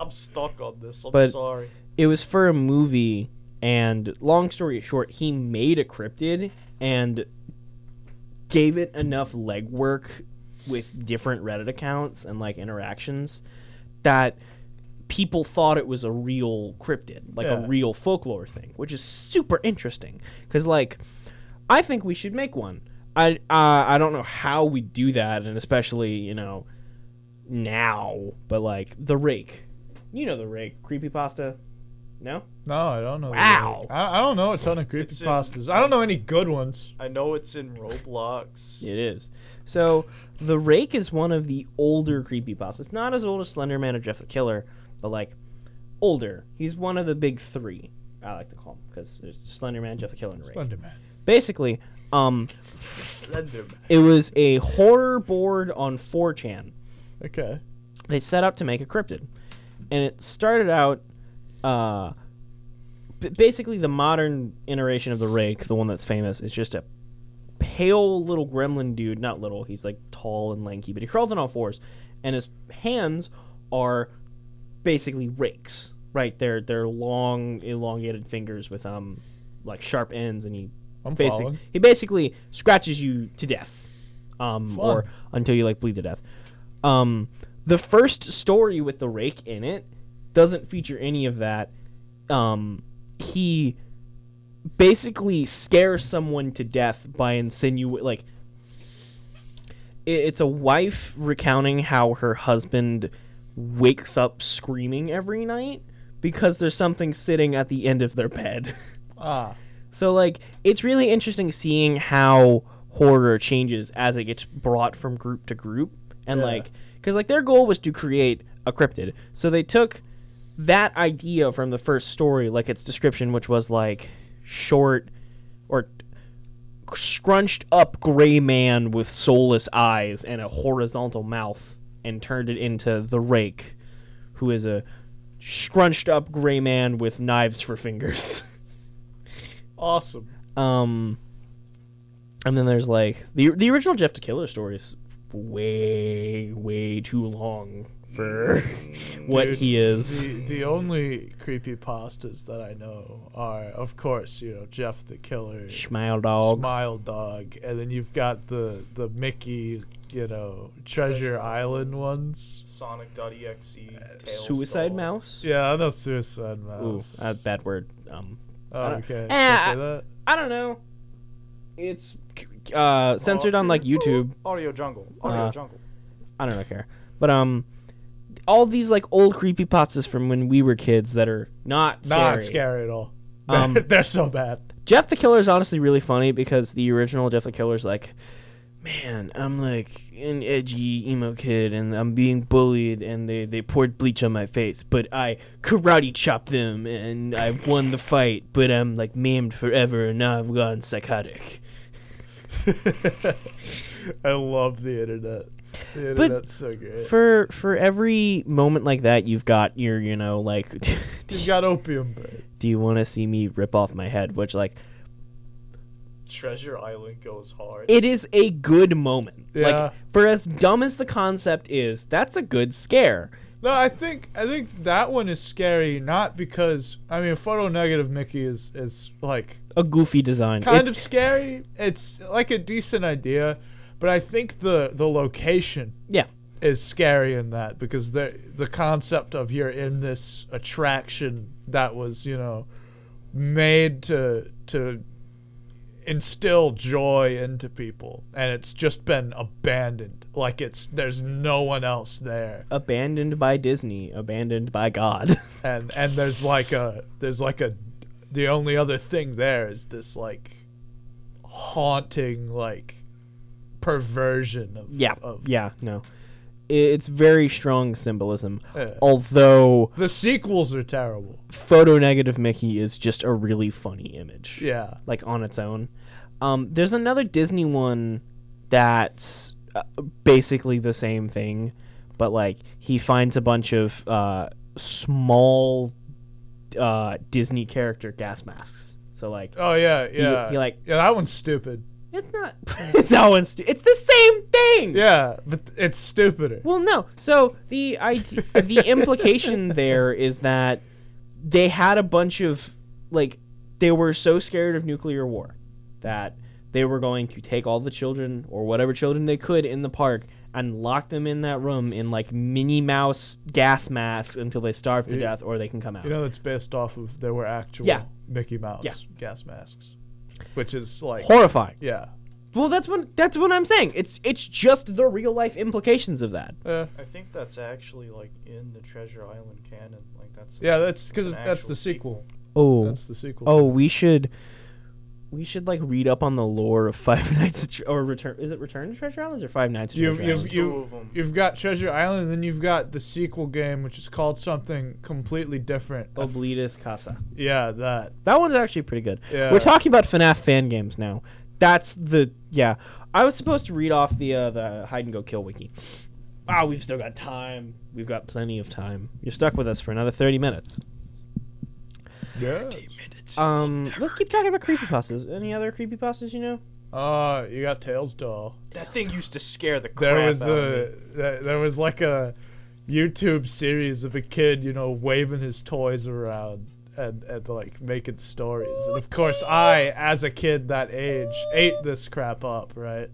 I'm stuck on this. I'm
But-
sorry.
it was for a movie and long story short he made a cryptid and gave it enough legwork with different reddit accounts and like interactions that people thought it was a real cryptid like
Yeah.
a real folklore thing which is super interesting because like i think we should make one i uh, i don't know how we do that and especially you know now but like the rake you know the rake creepy pasta no
No, I don't know. the
Wow.
name. I, I don't know a ton of
It's uh, in-
creepypastas. I don't know any good ones.
I know it's in Roblox.
It is. So the Rake is one of the older creepypastas. It's not as old as Slender Man or Jeff the Killer, but like older. He's one of the big three. I like to call him because there's Slender Man, Jeff the Killer, and Ray.
Slenderman.
Basically, um,
Slenderman.
it was a horror board on 4chan.
Okay.
They set out to make a cryptid, and it started out, uh, b- basically the modern iteration of the rake, the one that's famous, is just a pale little gremlin dude. Not little, he's like tall and lanky, but he crawls on all fours, and his hands are basically rakes, right? They're they're long, elongated fingers with um, like sharp ends, and he
I'm
basic.
following.
He basically scratches you to death, um,
Fun.
or until you like bleed to death. Um, the first story with the rake in it doesn't feature any of that. Um, he basically scares someone to death by insinuating like i- it's a wife recounting how her husband wakes up screaming every night because there's something sitting at the end of their bed.
Ah,
So like it's really interesting seeing how horror changes as it gets brought from group to group and
Yeah.
like cuz like their goal was to create a cryptid. So they took that idea from the first story like its description which was like short or scrunched up gray man with soulless eyes and a horizontal mouth and turned it into the rake who is a scrunched up gray man with knives for fingers.
awesome.
Um, and then there's like the the original Jeff to Killer story is way way too long for what
Dude,
he is.
The the only creepy pastas that I know are, of course, you know Jeff the Killer,
Smile dog.
Smile Dog, and then you've got the the Mickey, you know, Treasure Island ones.
Sonic.exe. Tails
Suicide
doll.
mouse.
Yeah, I know Suicide Mouse.
Ooh, uh, bad word. Um,
oh,
I don't-
okay. Can
Eh,
I
I-
say that?
I don't know. It's uh censored on like YouTube.
Audio Jungle. Audio
Uh,
Jungle.
I don't know, care. But um, all these like old creepy pastas from when we were kids that are not scary.
Not scary at all.
Um,
They're so bad.
Jeff the Killer is honestly really funny because the original Jeff the Killer's like, man, I'm like an edgy emo kid and I'm being bullied and they, they poured bleach on my face, but I karate chopped them and I won the fight, but I'm like maimed forever and now I've gone psychotic.
I love the internet. The
But
internet's so great.
For for every moment like that, you've got your you know like,
You've got Opium Bird.
do you want to see me rip off my head? Which like
Treasure Island goes hard.
it is a good moment.
Yeah.
Like for as dumb as the concept is, that's a good scare.
No, I think I think that one is scary, not because I mean, photo negative Mickey is is like
a goofy design.
kind
It-
of scary. It's like a decent idea, but I think the the location
yeah.
is scary in that because the the concept of you're in this attraction that was you know made to to instill joy into people and it's just been abandoned like it's there's no one else there
Abandoned by Disney, abandoned by God.
and and there's like a there's like a the only other thing there is this like haunting like perversion of
yeah.
of
Yeah, no. I- It's very strong symbolism.
Yeah.
Although
the sequels are terrible
photo negative Mickey is just a really funny image.
yeah
Like on its own. Um, there's another Disney one that's uh, basically the same thing, but like he finds a bunch of uh, small uh, Disney character gas masks. So like
Oh yeah, yeah.
he, like-
yeah, that one's stupid.
It's not. that one's. stu- It's the same thing.
Yeah, but it's stupider.
Well, no. So the idea, the implication there is that they had a bunch of like they were so scared of nuclear war that they were going to take all the children or whatever children they could in the park and lock them in that room in like Minnie Mouse gas masks until they starve to
You-
death or they can come out.
You know that's based off of there were actual
Yeah.
Mickey Mouse
Yeah.
gas masks, which is like
Horrifying.
yeah,
Well, that's what that's what I'm saying. It's it's just the real life implications of that.
uh,
I think that's actually like in the Treasure Island canon. Like that's
yeah. That's because
It's an
that's the
actual
sequel.
Oh,
That's the sequel.
Oh, we should we should like read up on the lore of Five Nights at Tre- or Return. Is it Return to Treasure Islands or Five Nights at
You,
Treasure
you,
Islands?
Two
you,
of 'em.
you've got Treasure Island, and then you've got the sequel game, which is called something completely different. I f-
Oblitus Casa.
yeah, that.
That one's actually pretty good.
Yeah.
We're talking about FNAF fan games now. That's the yeah. I was supposed to read off the uh, the hide and go kill wiki. Wow, we've still got time. We've got plenty of time. You're stuck with us for another thirty minutes.
Yeah.
Um, let's keep talking about creepypastas. Any other creepypastas you know?
Uh, you got Tails doll.
That thing used to scare the crap
There was
out of me.
a there, there was like a YouTube series of a kid, you know, waving his toys around and and like making stories. And of course, I, as a kid that age, ate this crap up, right?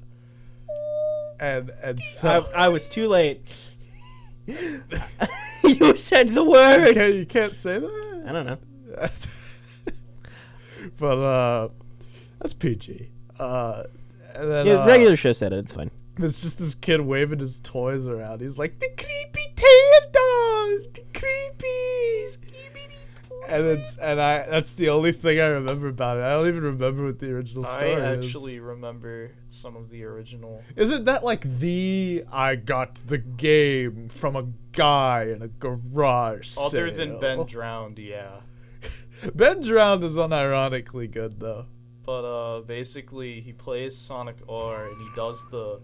And and
I,
so
I was too late. you said the word.
okay, you can't say
I
that.
don't know.
but uh, that's PG. Uh, and then
Yeah,
uh,
regular show said it. It's fine.
It's just this kid waving his toys around. He's like, the creepy tail doll, the creepy. And it's and I that's the only thing I remember about it. I don't even remember what the original
I
story is.
actually remember some of the original.
Isn't that like the I got the game from a guy in a garage?
Other than
sale?
Ben drowned, yeah.
Ben Drowned is unironically good though.
But uh, basically, he plays Sonic R and he does the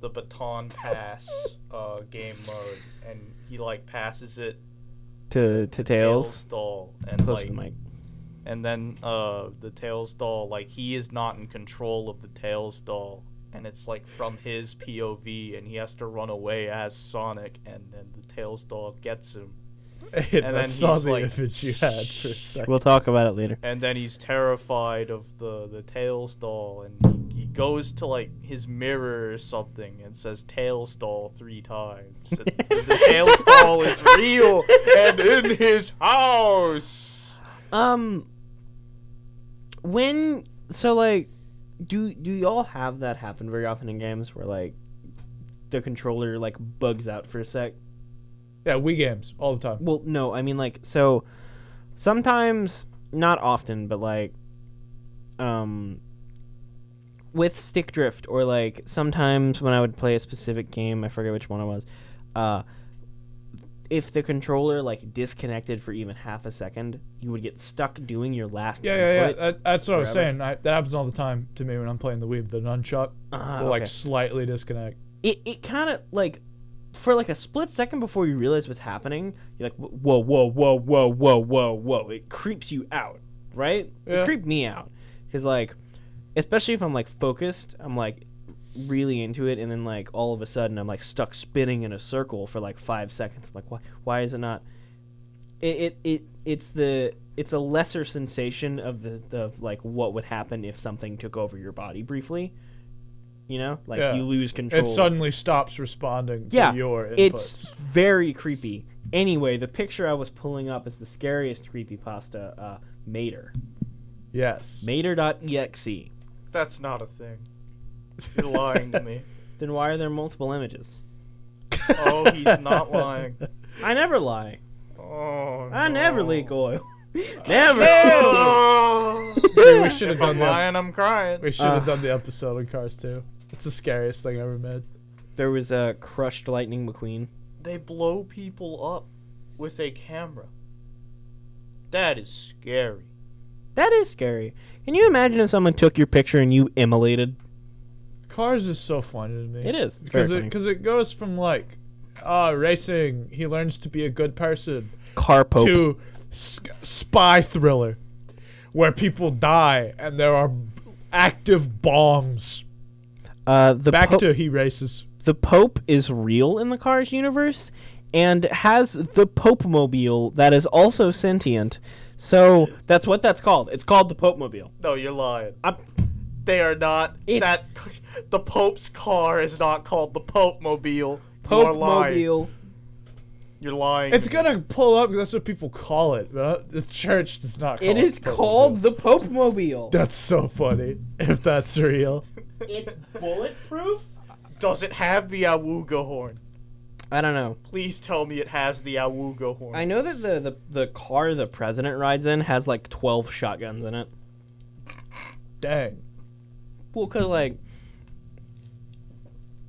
the baton pass uh, game mode, and he like passes it
To to tails.
doll, and
Close
like,
to the mic.
and then uh, the tails doll like he is not in control of the tails doll, and it's like from his POV, and he has to run away as Sonic, and then the tails doll gets him.
And, I
then
saw
he's
the
like,
image you had for a second.
We'll talk about it later.
and then he's terrified of the the tails doll and he, he goes to like his mirror or something and says tails doll three times and the tails doll is real and in his house
Um, when so like, do do y'all have that happen very often in games where like the controller like bugs out for a sec?
yeah, Wii games all the time.
Well, no, I mean like so sometimes not often, but like um with stick drift or like sometimes when I would play a specific game, I forget which one it was. Uh if the controller like disconnected for even half a second, you would get stuck doing your last
Yeah, yeah, yeah.
input.
That, that's what I was
forever.
saying. I, that happens all the time to me when I'm playing the Wii. The nunchuck
Ah,
will like
okay.
slightly disconnect.
it, it kind of like for like a split second before you realize what's happening you're like whoa whoa whoa whoa whoa whoa whoa it creeps you out right
Yeah.
it creeped me out because like especially if i'm like focused i'm like really into it and then like all of a sudden i'm like stuck spinning in a circle for like five seconds i'm like why, why is it not it, it it it's the it's a lesser sensation of the, the of like what would happen if something took over your body briefly you know like
Yeah.
you lose control
It suddenly stops responding
yeah,
to your inputs.
it's very creepy. Anyway, the picture I was pulling up is the scariest creepypasta, uh, Mater.
yes.
Mater.exe.
that's not a thing you're lying to me
Then why are there multiple images?
oh he's not lying
I never lie.
oh
I
no.
never leak oil. never.
Dude, we should have
if i'm
done that.
lying i'm crying
We should have
Uh.
done the episode on Cars 2. It's the scariest thing I ever made.
There was a uh, crushed Lightning McQueen.
they blow people up with a camera that is scary
That is scary. Can you imagine if someone took your picture and you immolated?
Cars is so funny to me.
It is. It's very
Because it,
funny.
'cause it goes from like, ah, racing, he learns to be a good person,
Car Pope.
to s- spy thriller, where people die and there are b- active bombs.
uh, the
Back
Pope-
to he races.
the Pope is real in the Cars universe and has the Pope Mobile that is also sentient. So that's what that's called. It's called the Pope Mobile.
no you're lying
I'm,
They are not.
It's-
that the Pope's car is not called the Pope Mobile. you are
Pope
lying.
Mobile.
You're lying.
It's
to me.
gonna pull up 'cause that's what people call it. But uh, the church does not. Call
It is
Pope
called
Mobile.
the Pope Mobile.
That's so funny. If that's real.
it's bulletproof.
Does it have the Awuga horn?
I don't know.
Please tell me it has the Awuga horn.
I know that the, the the car the president rides in has like twelve shotguns in it.
dang.
Well, cause like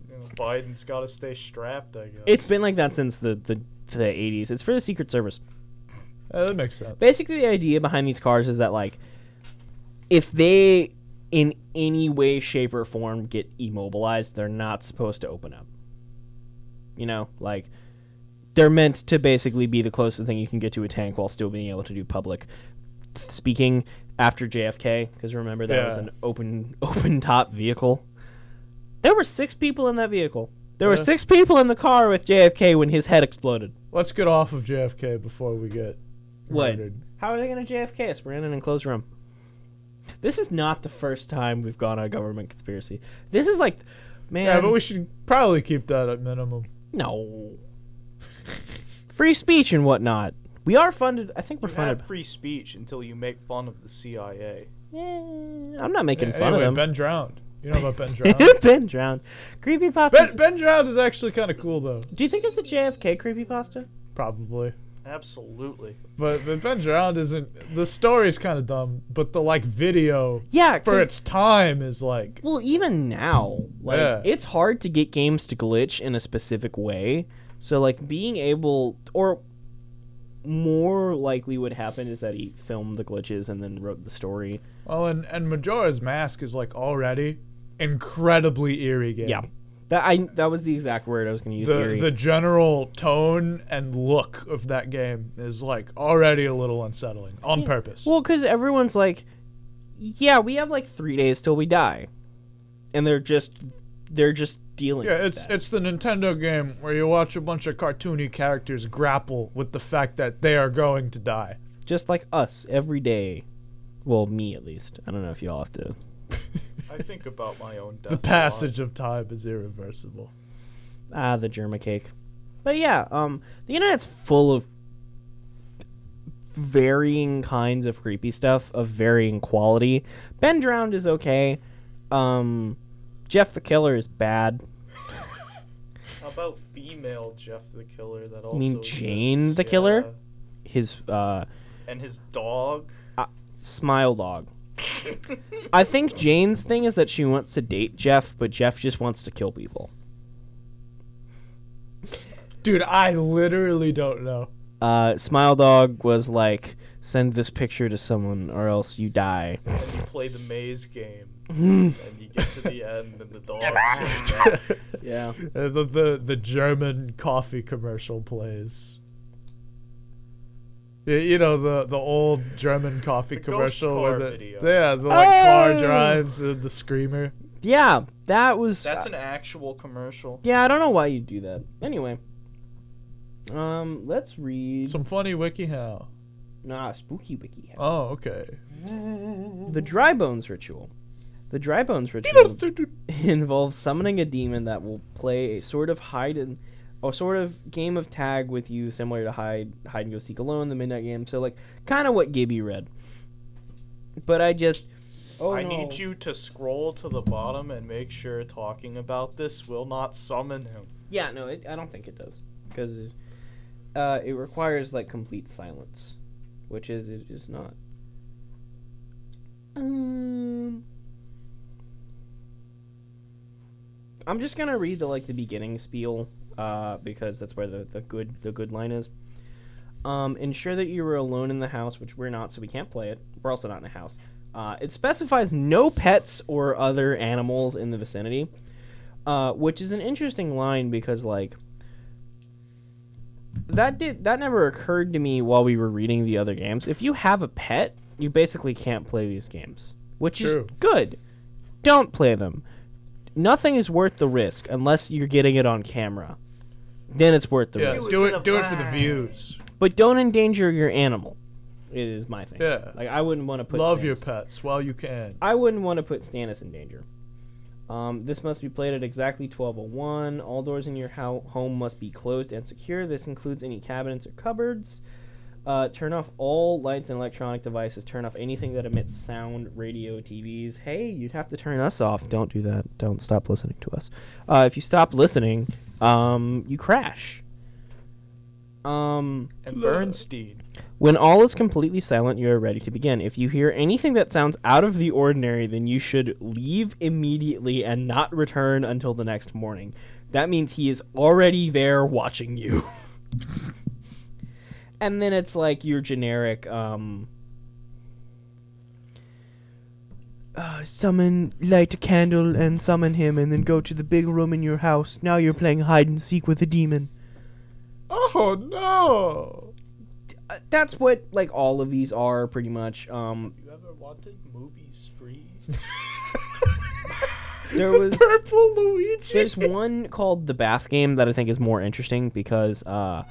You know, Biden's got to stay strapped, I guess.
it's been like that since the the the eighties. It's for the Secret Service.
Yeah, that makes sense.
Basically, the idea behind these cars is that like, if they in any way, shape, or form get immobilized, they're not supposed to open up. You know, like they're meant to basically be the closest thing you can get to a tank while still being able to do public speaking after JFK. Because remember that was
Yeah.
an open open top vehicle. There were six people in that vehicle. There were
Yeah.
six people in the car with JFK when his head exploded.
Let's get off of JFK before we get
What?
murdered.
How are they going to JFK us? We're in an enclosed room. This is not the first time we've gone on a government conspiracy. This is like, man,
Yeah, but we should probably keep that at minimum.
no free speech and whatnot. We are funded. I think we're
You have
funded.
free speech until you make fun of the CIA.
Eh, I'm not making
Yeah,
fun
anyway,
of them.
Ben drowned. You know about Ben drowned.
ben drowned. Creepy
ben,
pasta.
ben drowned is actually kind of cool though.
Do you think it's a JFK creepy pasta?
Probably.
Absolutely.
But, but Ben Drowned isn't. The story's kind of dumb, but the like video
Yeah,
for
'cause-
its time is like
Well, even now, like
Yeah.
it's hard to get games to glitch in a specific way. So like being able or more likely what happened is that he filmed the glitches and then wrote the story.
well, and and Majora's Mask is like already incredibly eerie game.
Yeah. That I that was the exact word I was going to use.
The
Gary.
the general tone and look of that game is like already a little unsettling on purpose.
Well, because everyone's like, yeah, we have like three days till we die, and they're just they're just dealing.
yeah,
with
it's
that.
it's the Nintendo game where you watch a bunch of cartoony characters grapple with the fact that they are going to die.
just like us every day. Well, me at least. I don't know if y'all have to.
I think about my own death.
The
a lot.
passage of time is irreversible.
Ah, the Germa cake. But yeah, um, the internet's full of varying kinds of creepy stuff of varying quality. Ben Drowned is okay. Um, Jeff the Killer is bad.
How about female Jeff the Killer that also
mean Jane
exists?
the Killer?
Yeah.
His uh,
And his dog.
smile dog. I think Jane's thing is that she wants to date Jeff, but Jeff just wants to kill people.
Dude, I literally don't know.
Uh, smile dog was like, send this picture to someone or else you die.
And you play the maze game.
Hmm.
and you get to the end and the dog. comes out.
Yeah.
Uh, the, the the German coffee commercial plays. Y- You know the the old German coffee
ghost
commercial
car
where the
video.
yeah the like car
Oh!
drives and the screamer.
Yeah, that was.
That's an actual commercial.
Yeah, I don't know why you do that. Anyway, um, let's read.
Some funny WikiHow.
nah, spooky wiki. hack.
Oh okay.
the dry bones ritual. The dry bones ritual involves summoning a demon that will play a sort of hide and a sort of game of tag with you, similar to hide hide and go seek alone, the midnight game. So like kind of what Gibby read. But I just. Oh,
I
no.
need you to scroll to the bottom and make sure talking about this will not summon him.
Yeah, no, it, I don't think it does because uh, it requires like complete silence, which is it is not. Um, I'm just gonna read the like the beginning spiel uh, because that's where the, the good the good line is. Um, ensure that you are alone in the house, which we're not, so we can't play it. We're also not in a house. Uh, it specifies no pets or other animals in the vicinity uh, which is an interesting line because like that did that never occurred to me while we were reading the other games. If you have a pet, you basically can't play these games, which
True.
is good. Don't play them. Nothing is worth the risk unless you're getting it on camera. Then it's worth the
Yeah,
risk.
do it do it for the views.
But don't endanger your animal. It is my thing.
Yeah.
Like I wouldn't want to put
Love your
Stannis-
pets while you can.
I wouldn't want to put Stannis in danger. Um, this must be played at exactly 1201. All doors in your ho- home must be closed and secure. This includes any cabinets or cupboards. Uh, turn off all lights and electronic devices. Turn off anything that emits sound, radio, TVs. Hey, you'd have to turn us off. Don't do that. Don't stop listening to us. Uh, if you stop listening, um, you crash. Um,
And Bernstein.
When all is completely silent, you are ready to begin. If you hear anything that sounds out of the ordinary, then you should leave immediately and not return until the next morning. That means he is already there watching you. and then it's like your generic um uh, summon light a candle and summon him and then go to the big room in your house. Now you're playing hide and seek with a demon.
Oh no!
Uh, that's what like all of these are pretty much um
You ever wanted movies free?
there was
Purple Luigi.
there's one called the bath game that I think is more interesting because uh,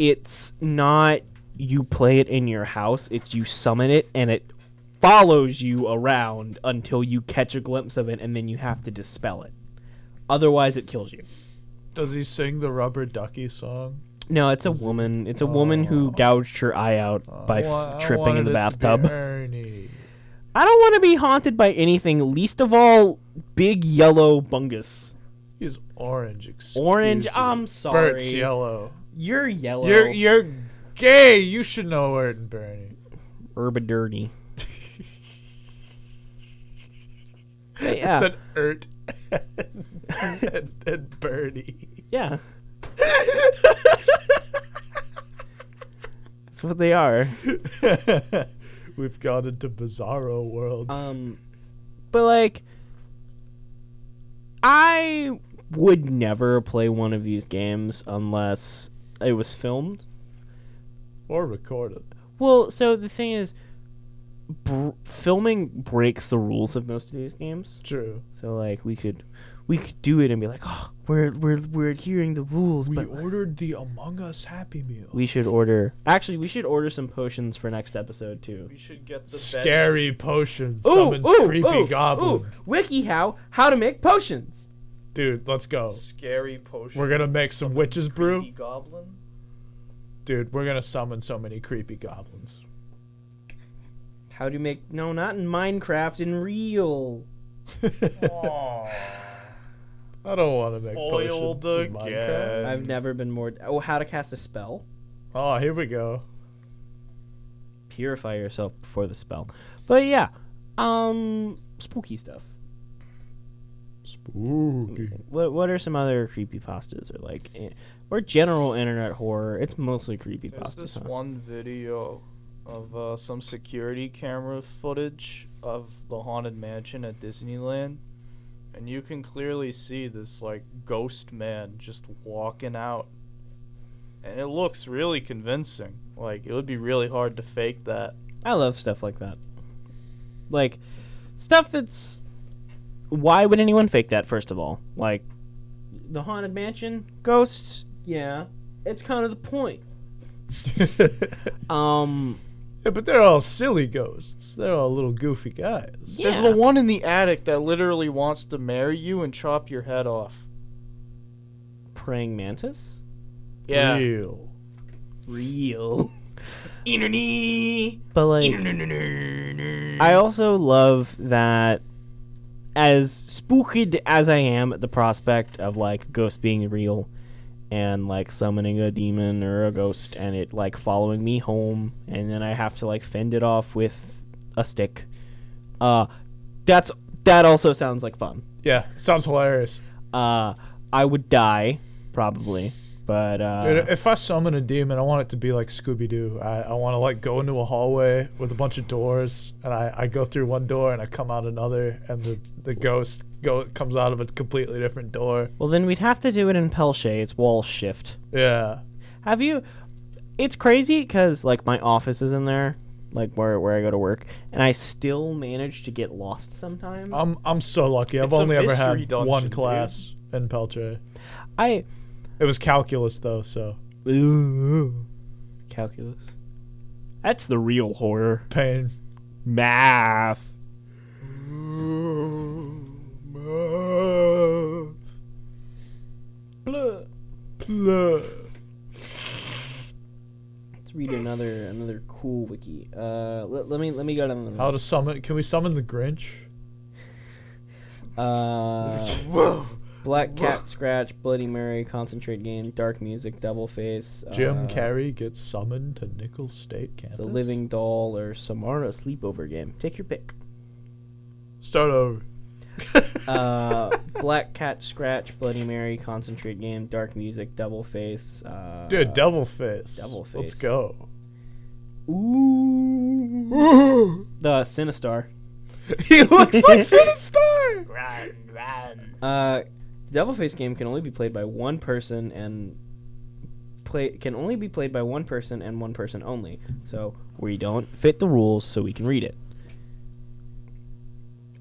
it's not you play it in your house; it's you summon it and it follows you around until you catch a glimpse of it, and then you have to dispel it. Otherwise, it kills you.
Does he sing the Rubber Ducky song?
No, it's a woman. It's a woman who gouged her eye out by
I wa- Oh. I
f- tripping in
wanted
the
it to be
bathtub.
Ernie.
I don't want to be haunted by anything, least of all big yellow bungus.
He's orange. Excuse
Orange,
me.
I'm
Bert's
sorry.
yellow.
You're yellow.
You're you're gay. You should know Ert and Bernie.
Urban Dirty.
I
yeah,
said Ert and, and Bernie.
yeah. That's what they are.
We've gone into bizarro world.
Um, but like, I would never play one of these games unless it was filmed.
or recorded.
Well, so the thing is, br- filming breaks the rules of most of these games.
True.
So like, we could, we could do it and be like, oh, we're we're we're adhering the rules,
We
but
ordered the Among Us Happy Meal.
We should order. Actually, we should order some potions for next episode too.
We should get the Bed.
Scary potion summons creepy goblin.
WikiHow, how to make potions.
Dude, let's go.
Scary potion.
We're gonna make some witch's brew.
Creepy Goblin.
Dude, we're gonna summon so many creepy goblins.
How to make no, not in Minecraft, in real.
I don't want to make
Foiled
potions in
again.
Minecraft.
I've never been more. Oh, how to cast a spell?
Oh, here we go.
Purify yourself before the spell. But yeah, um, spooky stuff.
Spooky.
What what are some other creepy pastas or like, eh, or general internet horror? It's mostly creepy
There's this
pastas. Huh?
one video of uh, some security camera footage of the haunted mansion at Disneyland, and you can clearly see this like ghost man just walking out, and it looks really convincing. Like it would be really hard to fake that.
I love stuff like that. Like stuff that's why would anyone fake that first of all? Like the haunted mansion, ghosts, yeah. It's kind of the point.
yeah,
Um
but they're all silly ghosts. They're all little goofy guys.
yeah.
There's the one in the attic that literally wants to marry you and chop your head off.
praying mantis?
Yeah.
Real.
Real. but like I also love that as spooked as I am at the prospect of like ghosts being real and like summoning a demon or a ghost and it like following me home and then I have to like fend it off with a stick. Uh that's that also sounds like fun.
Yeah, sounds hilarious.
Uh I would die probably, but uh
Dude, if I summon a demon, I want it to be like Scooby Doo. I, I want to like go into a hallway with a bunch of doors, and I, I go through one door and I come out another, and the, the ghost go comes out of a completely different door.
well then we'd have to do it in Pelche. It's wall shift.
Yeah,
Have you? It's crazy because like my office is in there, like where where I go to work, and I still manage to get lost sometimes.
I'm I'm so lucky. I've
It's a
only ever had
mystery dungeon,
one
dude.
class in Peltre.
I
It was calculus though, so
ooh, calculus. That's the real horror.
pain.
Math. Blah. Let's read another another cool wiki. Uh, let, let me let me go down the
How
list.
to summon? Can we summon the Grinch?
Uh,
Whoa.
Black Cat Scratch, Bloody Mary, Concentrate Game, Dark Music, Double Face,
Jim
uh,
Carrey gets summoned to Nichols State campus.
The Living Doll, or Samara Sleepover Game. Take your pick.
Start over.
Uh, Black Cat Scratch, Bloody Mary, Concentrate Game, Dark Music, Double Face. Uh,
Dude, Devil Face.
Devil Face.
Let's go.
Ooh. the Sinistar.
he looks like Sinistar.
Run, run.
Uh, the Devil Face game can only be played by one person and play can only be played by one person and one person only. So we don't fit the rules, so we can read it.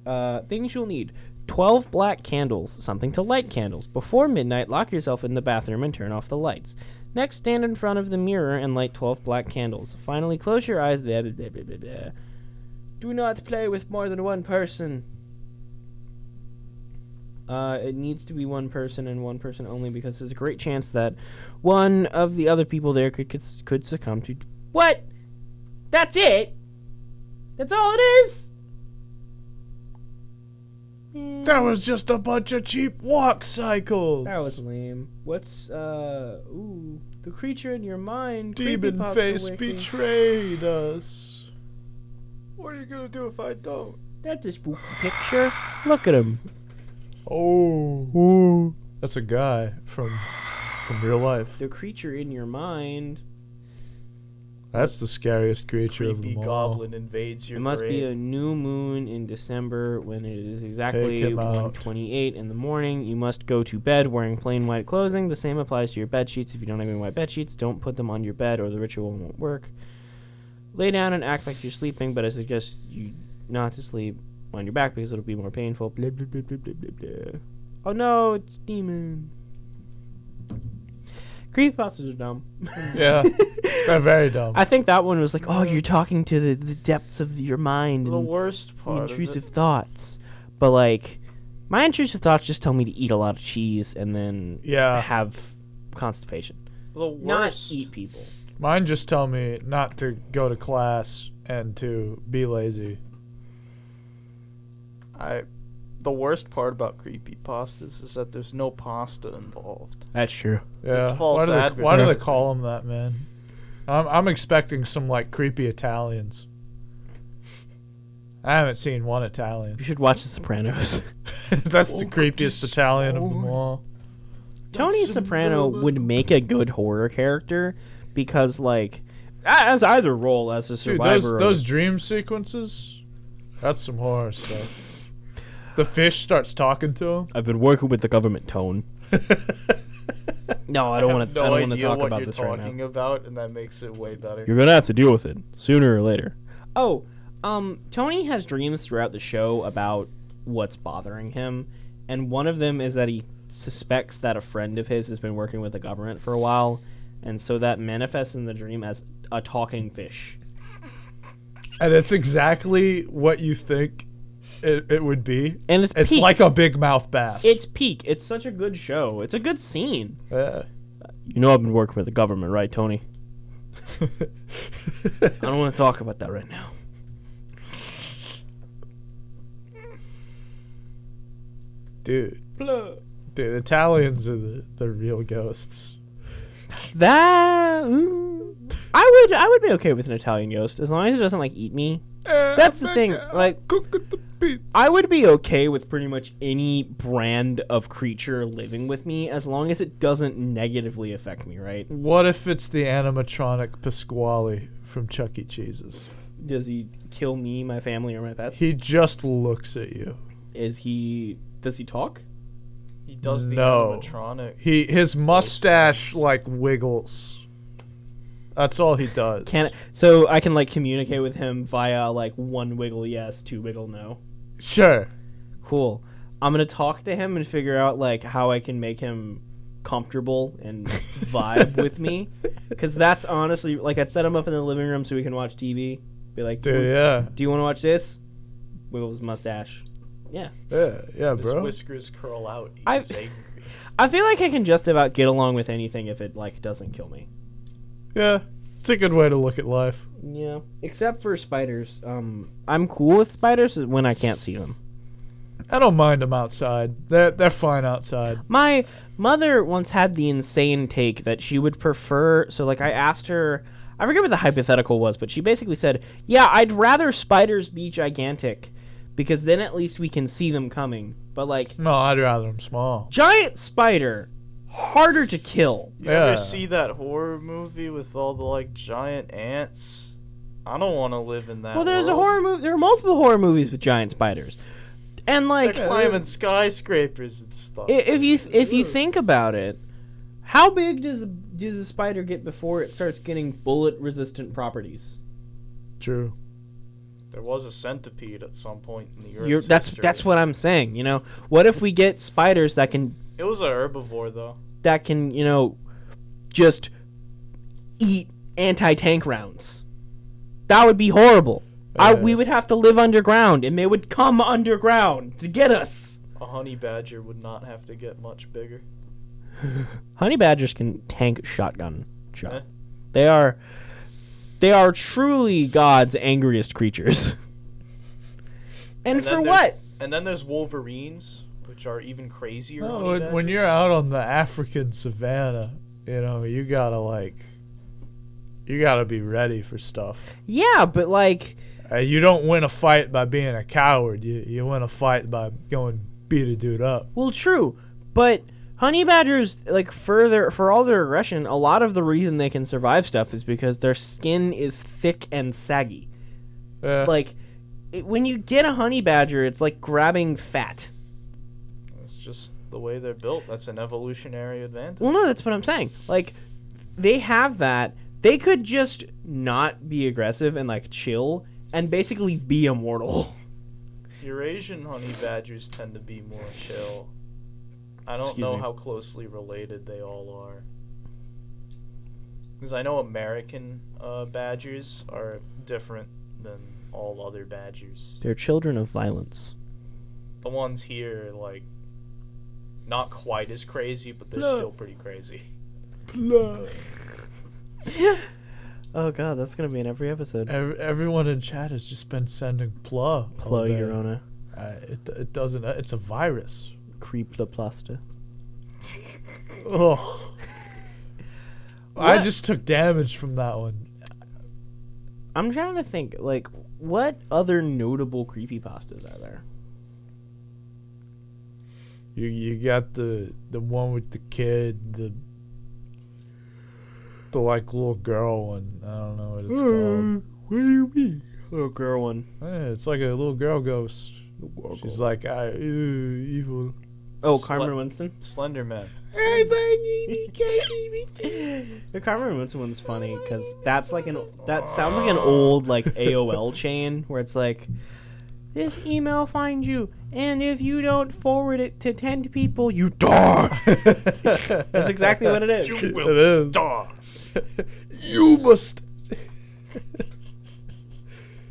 Uh, things you'll need: twelve black candles, something to light candles. Before midnight, lock yourself in the bathroom and turn off the lights. Next, stand in front of the mirror and light twelve black candles. Finally, close your eyes. Blah, blah, blah, blah, blah, blah. Do not play with more than one person. Uh, it needs to be one person and one person only because there's a great chance that one of the other people there could could, could succumb to. What? That's it. That's all it is. Eh,
That was just a bunch of cheap walk cycles.
that was lame. What's uh? Ooh, the creature in your mind.
Demon
creepypasta
Face
wiki.
betrayed us. What are you gonna do if I don't?
That's a spooky picture. Look at him.
Oh, that's a guy from from real life.
The creature in your mind.
That's the scariest creature of
Creepy
them all.
goblin invades your
It must be
grave.
a new moon in December when it is exactly
him out.
1:28 in the morning. You must go to bed wearing plain white clothing. The same applies to your bed sheets. If you don't have any white bed sheets, don't put them on your bed or the ritual won't work. Lay down and act like you're sleeping, but I suggest you not to sleep on your back because it'll be more painful. Blah, blah, blah, blah, blah, blah, blah. Oh no, it's demon. Creepypastas are dumb.
Yeah, they're very dumb.
I think that one was like, oh, you're talking to the, the depths of your mind.
the
and-
worst
the
part.
intrusive
Of it,
thoughts. But like my intrusive thoughts just tell me to eat a lot of cheese and then
yeah,
have constipation.
the worst.
Not eat people.
mine just tell me not to go to class and to be lazy.
I. The worst part about creepy pastas is that there's no pasta involved.
That's true.
Yeah,
false
why do they, why do they
advertising.
call them that, man? I'm I'm expecting some like creepy Italians. I haven't seen one Italian.
You should watch The Sopranos.
That's the creepiest Italian of them all.
Tony Soprano would make a good horror character because like as either role as a
Dude,
survivor
those
or-
those dream sequences, that's some horror stuff. The fish starts talking to him.
I've been working with the government tone. No, I don't
have
want to
no
I don't want to
idea
talk
what
about
you're
this right now.
talking about, and that makes it way better.
You're gonna have to deal with it sooner or later. Oh, um, Tony has dreams throughout the show about what's bothering him, and one of them is that he suspects that a friend of his has been working with the government for a while, and so that manifests in the dream as a talking fish.
And it's exactly what you think it, it would be.
And it's
It's
peak.
like a big mouth bass.
it's peak. It's such a good show. It's a good scene.
Yeah.
You know I've been working with the government, right, Tony? I don't want to talk about that right now.
dude. Dude, Italians are the, the real ghosts.
That mm, I would I would be okay with an Italian ghost as long as it doesn't like eat me.
Eh.
That's the thing. Like
Cook at the beat.
I would be okay with pretty much any brand of creature living with me as long as it doesn't negatively affect me, right?
What if it's the animatronic Pasquale from Chuck E. Cheese's?
Does he kill me, my family, or my pets?
He just looks at you.
Is he does he talk?
He does the
No.
animatronic.
He his mustache like wiggles. That's all he does.
Can so I can like communicate with him via like one wiggle yes, two wiggle no.
sure.
Cool. I'm gonna talk to him and figure out like how I can make him comfortable and vibe with me, because that's honestly like I'd set him up in the living room so we can watch TV. Be like,
Dude, yeah.
Do you want to watch this? Wiggles mustache.
Yeah, yeah,
His
bro.
whiskers curl out. He
I-
is angry.
I feel like I can just about get along with anything if it like doesn't kill me.
Yeah. It's a good way to look at life.
Yeah, except for spiders. Um, I'm cool with spiders when I can't see them.
I don't mind them outside. They're they're fine outside.
My mother once had the insane take that she would prefer. So, like, I asked her, I forget what the hypothetical was, but she basically said, Yeah, I'd rather spiders be gigantic because then at least we can see them coming. But, like,
No, I'd rather them small.
giant spider, harder to kill.
You ever
Yeah.
see that horror movie with all the like giant ants? I don't want to live in that.
Well, there's a
world.
horror movie. There are multiple horror movies with giant spiders. And,
They're
like,
climbing skyscrapers and stuff.
I- if you if you think about it, how big does does a spider get before it starts getting bullet resistant properties?
True.
there was a centipede at some point in the Earth's
You're, that's
history.
that's what I'm saying. You know, what if we get spiders that can
It was a herbivore though.
that can you know just eat anti tank rounds? That would be horrible. I, we
Yeah.
would have to live underground, and they would come underground to get us.
A honey badger would not have to get much bigger.
Honey badgers can tank shotgun shot.
Eh.
They are they are truly God's angriest creatures. and,
And then
for
there's-
what?
And then there's wolverines, which are even crazier.
No,
honey
when, Oh, when
badgers.
you're out on the African savannah, you know you gotta like, you gotta be ready for stuff.
Yeah, but like
Uh, you don't win a fight by being a coward. You you win a fight by going beat a dude up.
Well, true, but honey badgers like further for all their aggression, a lot of the reason they can survive stuff is because their skin is thick and saggy.
Yeah.
Like it, when you get a honey badger, it's like grabbing fat.
It's just the way they're built. That's an evolutionary advantage.
Well, no, that's what I'm saying. Like, they have that. They could just not be aggressive and like chill and basically be immortal.
Eurasian honey badgers tend to be more chill. I don't
Excuse
know
me.
how closely related they all are. Because I know American uh, badgers are different than all other badgers.
They're children of violence.
The ones here, are, like, not quite as crazy, but they're
No.
still pretty crazy.
Oh god, that's gonna be in every episode.
Ev- everyone in chat has just been sending pla.
Plo Urona,
Uh, it it doesn't. Uh, it's a virus.
creep la plasta.
Ugh. I
What?
just took damage from that one.
I'm trying to think, like, what other notable creepypastas are there?
You you got the the one with the kid, the the like little girl one. I don't know what it's
Mm.
Um,
what do you mean? Little girl one.
called. Yeah, it's like a little girl ghost. She's like, I ew, evil.
Oh,
Slut.
Carmen Winston.
Slender Man.
The Carmen Winston one's
Oh
funny because that's like an that sounds like an old like AOL chain where it's like, this email finds you, and if you don't forward it to ten people, you die. That's
That's
exactly what it is.
it is.
Dog.
You must.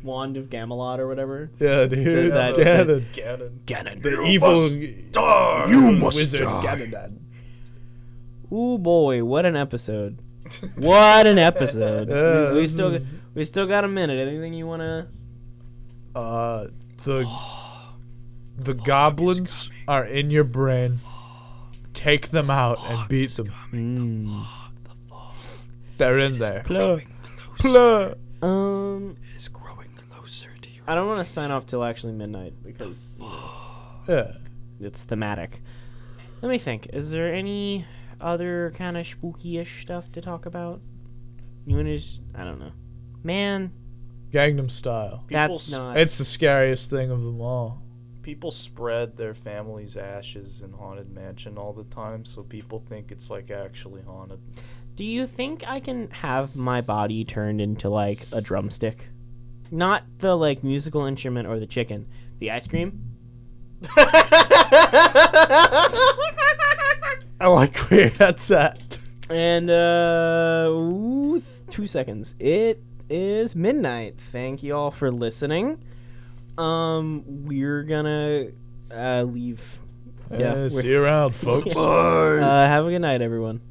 Wand of Gamelot or whatever.
Yeah, dude.
that-
Ganon.
Ganon.
The evil
Dog. You must
wizard
die.
Ganondorf.
Ooh boy, what an episode! What an episode!
Yeah,
we, we
this
still
is-
we still got a minute. Anything you wanna?
Uh, the the goblins are in your brain. Take them out and beat them.
Mm.
They're in there.
Plug.
Plur.
Um,
Is growing closer to you.
I don't want to sign off till actually midnight because you know,
Yeah.
it's thematic. Let me think. Is there any other kind of spooky-ish stuff to talk about? You wanna? Just, I don't know. Man,
Gangnam Style.
People
that's
s-
not.
It's the scariest thing of them all.
people spread their family's ashes in haunted mansion all the time so people think it's like actually haunted
Do you think I can have my body turned into like a drumstick? Not the like musical instrument or the chicken, the ice cream.
I like where that's at.
And uh, ooh, th- two seconds. It is midnight. Thank you all for listening. Um, we're gonna uh, leave. Yeah,
Yeah,
we're-
see you around, folks.
uh, have a good night, everyone.